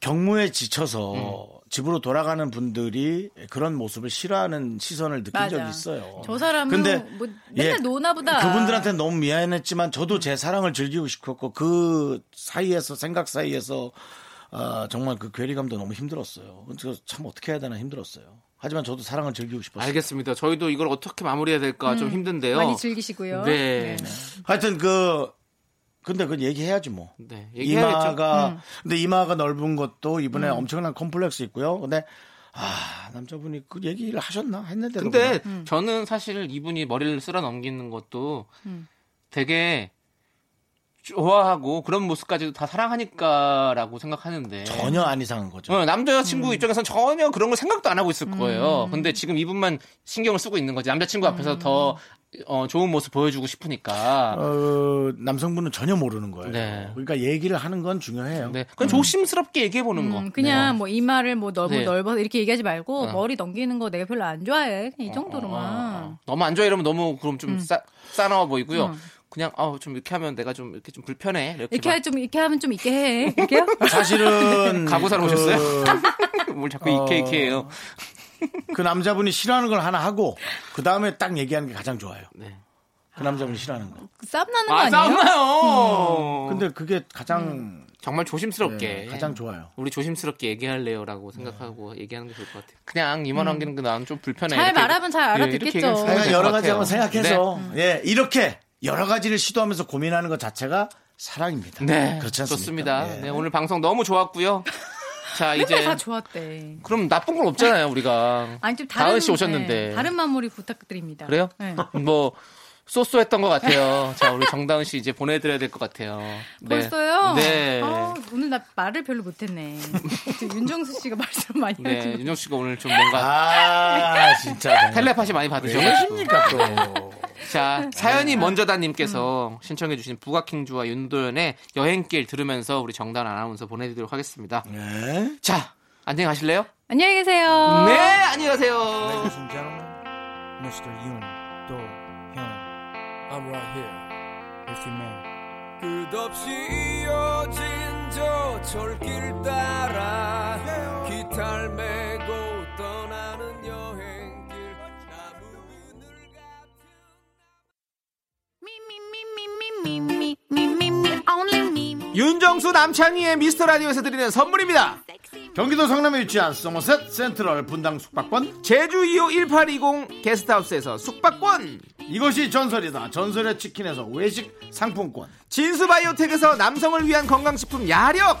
경무에 지쳐서
음.
집으로 돌아가는 분들이 그런 모습을 싫어하는 시선을 느낀
맞아.
적이 있어요.
저 사람은 뭐
예,
맨날 노나 보다.
그분들한테 너무 미안했지만 저도 제 사랑을 즐기고 싶었고 그 사이에서 생각 사이에서 아, 정말 그 괴리감도 너무 힘들었어요. 그래서 참 어떻게 해야 되나 힘들었어요. 하지만 저도 사랑을 즐기고 싶었어요.
알겠습니다. 저희도 이걸 어떻게 마무리해야 될까 좀 힘든데요.
음, 많이 즐기시고요.
어. 네. 네.
하여튼 그 근데 그건 얘기해야지 뭐.
네, 얘기해야겠죠. 음.
이마가 근데 이마가 넓은 것도 이번에 엄청난 컴플렉스 있고요. 근데 아 남자분이 그 얘기를 하셨나 했는데
근데
음.
저는 사실 이분이 머리를 쓸어 넘기는 것도
음.
되게 좋아하고 그런 모습까지도 다 사랑하니까라고 생각하는데
전혀 안 이상한 거죠.
어,
음.
남자친구 입장에선 전혀 그런 걸 생각도 안 하고 있을 거예요. 근데 지금 이분만 신경을 쓰고 있는 거지. 남자친구 앞에서
음.
더 어, 좋은 모습 보여주고 싶으니까.
어, 남성분은 전혀 모르는 거예요.
네.
그러니까 얘기를 하는 건 중요해요.
네. 그냥 조심스럽게 얘기해 보는 거.
그렇죠. 음, 그냥 뭐 이마를 뭐 넓어
네.
넓어서 이렇게 얘기하지 말고
어.
머리 넘기는 거 내가 별로 안 좋아해. 뭐 그냥 이
어,
정도로만.
어. 너무 안 좋아 이러면 너무 그럼 좀
음.
싸, 싸나워 보이고요. 그냥 아우 좀 이렇게 하면 내가 좀 이렇게 좀 불편해. 이렇게,
이렇게
막
할- 좀 이렇게 하면 좀 있게 해. 이렇게요?
사실은
가구 사러
그-
오셨어요? 뭘 자꾸
어.
이케 이케해요.
그 남자분이 싫어하는 걸 하나 하고 그 다음에 딱 얘기하는 게 가장 좋아요.
네.
그 남자분이 싫어하는 거.
싸움 나는 거 음.
아,
아니에요?
싸우나요?
근데 그게 가장
정말
네,
조심스럽게 예.
가장 좋아요.
우리 조심스럽게 얘기할래요라고 생각하고 얘기하는 게 좋을 것 같아요. 네. 그냥 이만 넘기는 게 나는 좀 불편해.
음. 잘
이렇게-
말하면 잘
예,
알아듣겠죠.
이렇게 얘기할 수가
내가
있을
여러
것
가지
같아요. 네.
한번 생각해서 예 이렇게 여러 가지를 시도하면서 고민하는 것 자체가 사랑입니다.
네,
그렇지 않습니까?
좋습니다.
예.
네, 오늘 방송 너무 좋았고요. 자
맨날
이제
다 좋았대.
그럼 나쁜 건 없잖아요 우리가.
아니 좀 다른
다은 씨 오셨는데
네, 다른 마무리 부탁드립니다.
그래요?
네.
뭐 쏘쏘했던 것 같아요. 자 우리 정다은 씨 이제 보내드려야 될 것 같아요. 네.
벌써요?
네.
아, 오늘 나 말을 별로 못했네. 진짜 윤정수 씨가 말씀 많이
네,
해주고.
윤정 씨가 오늘 좀 뭔가
아 진짜
텔레파시 많이 받으셔가지고.
그러십니까 또.
자, 사연이 먼저다님께서 신청해주신 부가킹주와 윤도현의 여행길 들으면서 우리 정단 아나운서 보내드리도록 하겠습니다.
예.
자, 안녕히 가실래요?
안녕히 계세요.
네, 안녕히 가세요.
Ladies and gentlemen, Mr. Yoon Do Hyun. I'm right here with you, man.
끝없이 이어진 저 철길 따라 기타를 메고 떠나는 여행길 나무 그늘 같은
윤정수 남창희의 미스터 라디오에서 드리는 선물입니다.
경기도 성남에 위치한 서머셋 센트럴 분당 숙박권
제주 2호 1820 게스트하우스에서 숙박권.
이것이 전설이다 전설의 치킨에서 외식 상품권
진수바이오텍에서 남성을 위한 건강식품 야력.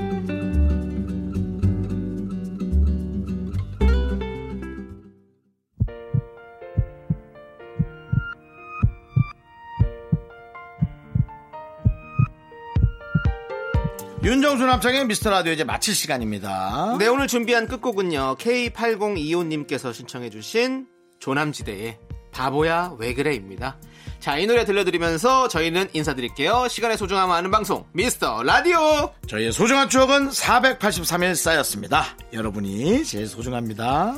윤정수 남창의 미스터라디오 이제 마칠 시간입니다
네 오늘 준비한 끝곡은요 K8025님께서 신청해주신 조남지대의 바보야 왜 그래입니다 자 이 노래 들려드리면서 저희는 인사드릴게요 시간의 소중함 아는 방송 미스터 라디오
저희의 소중한 추억은 483일 쌓였습니다 여러분이 제일 소중합니다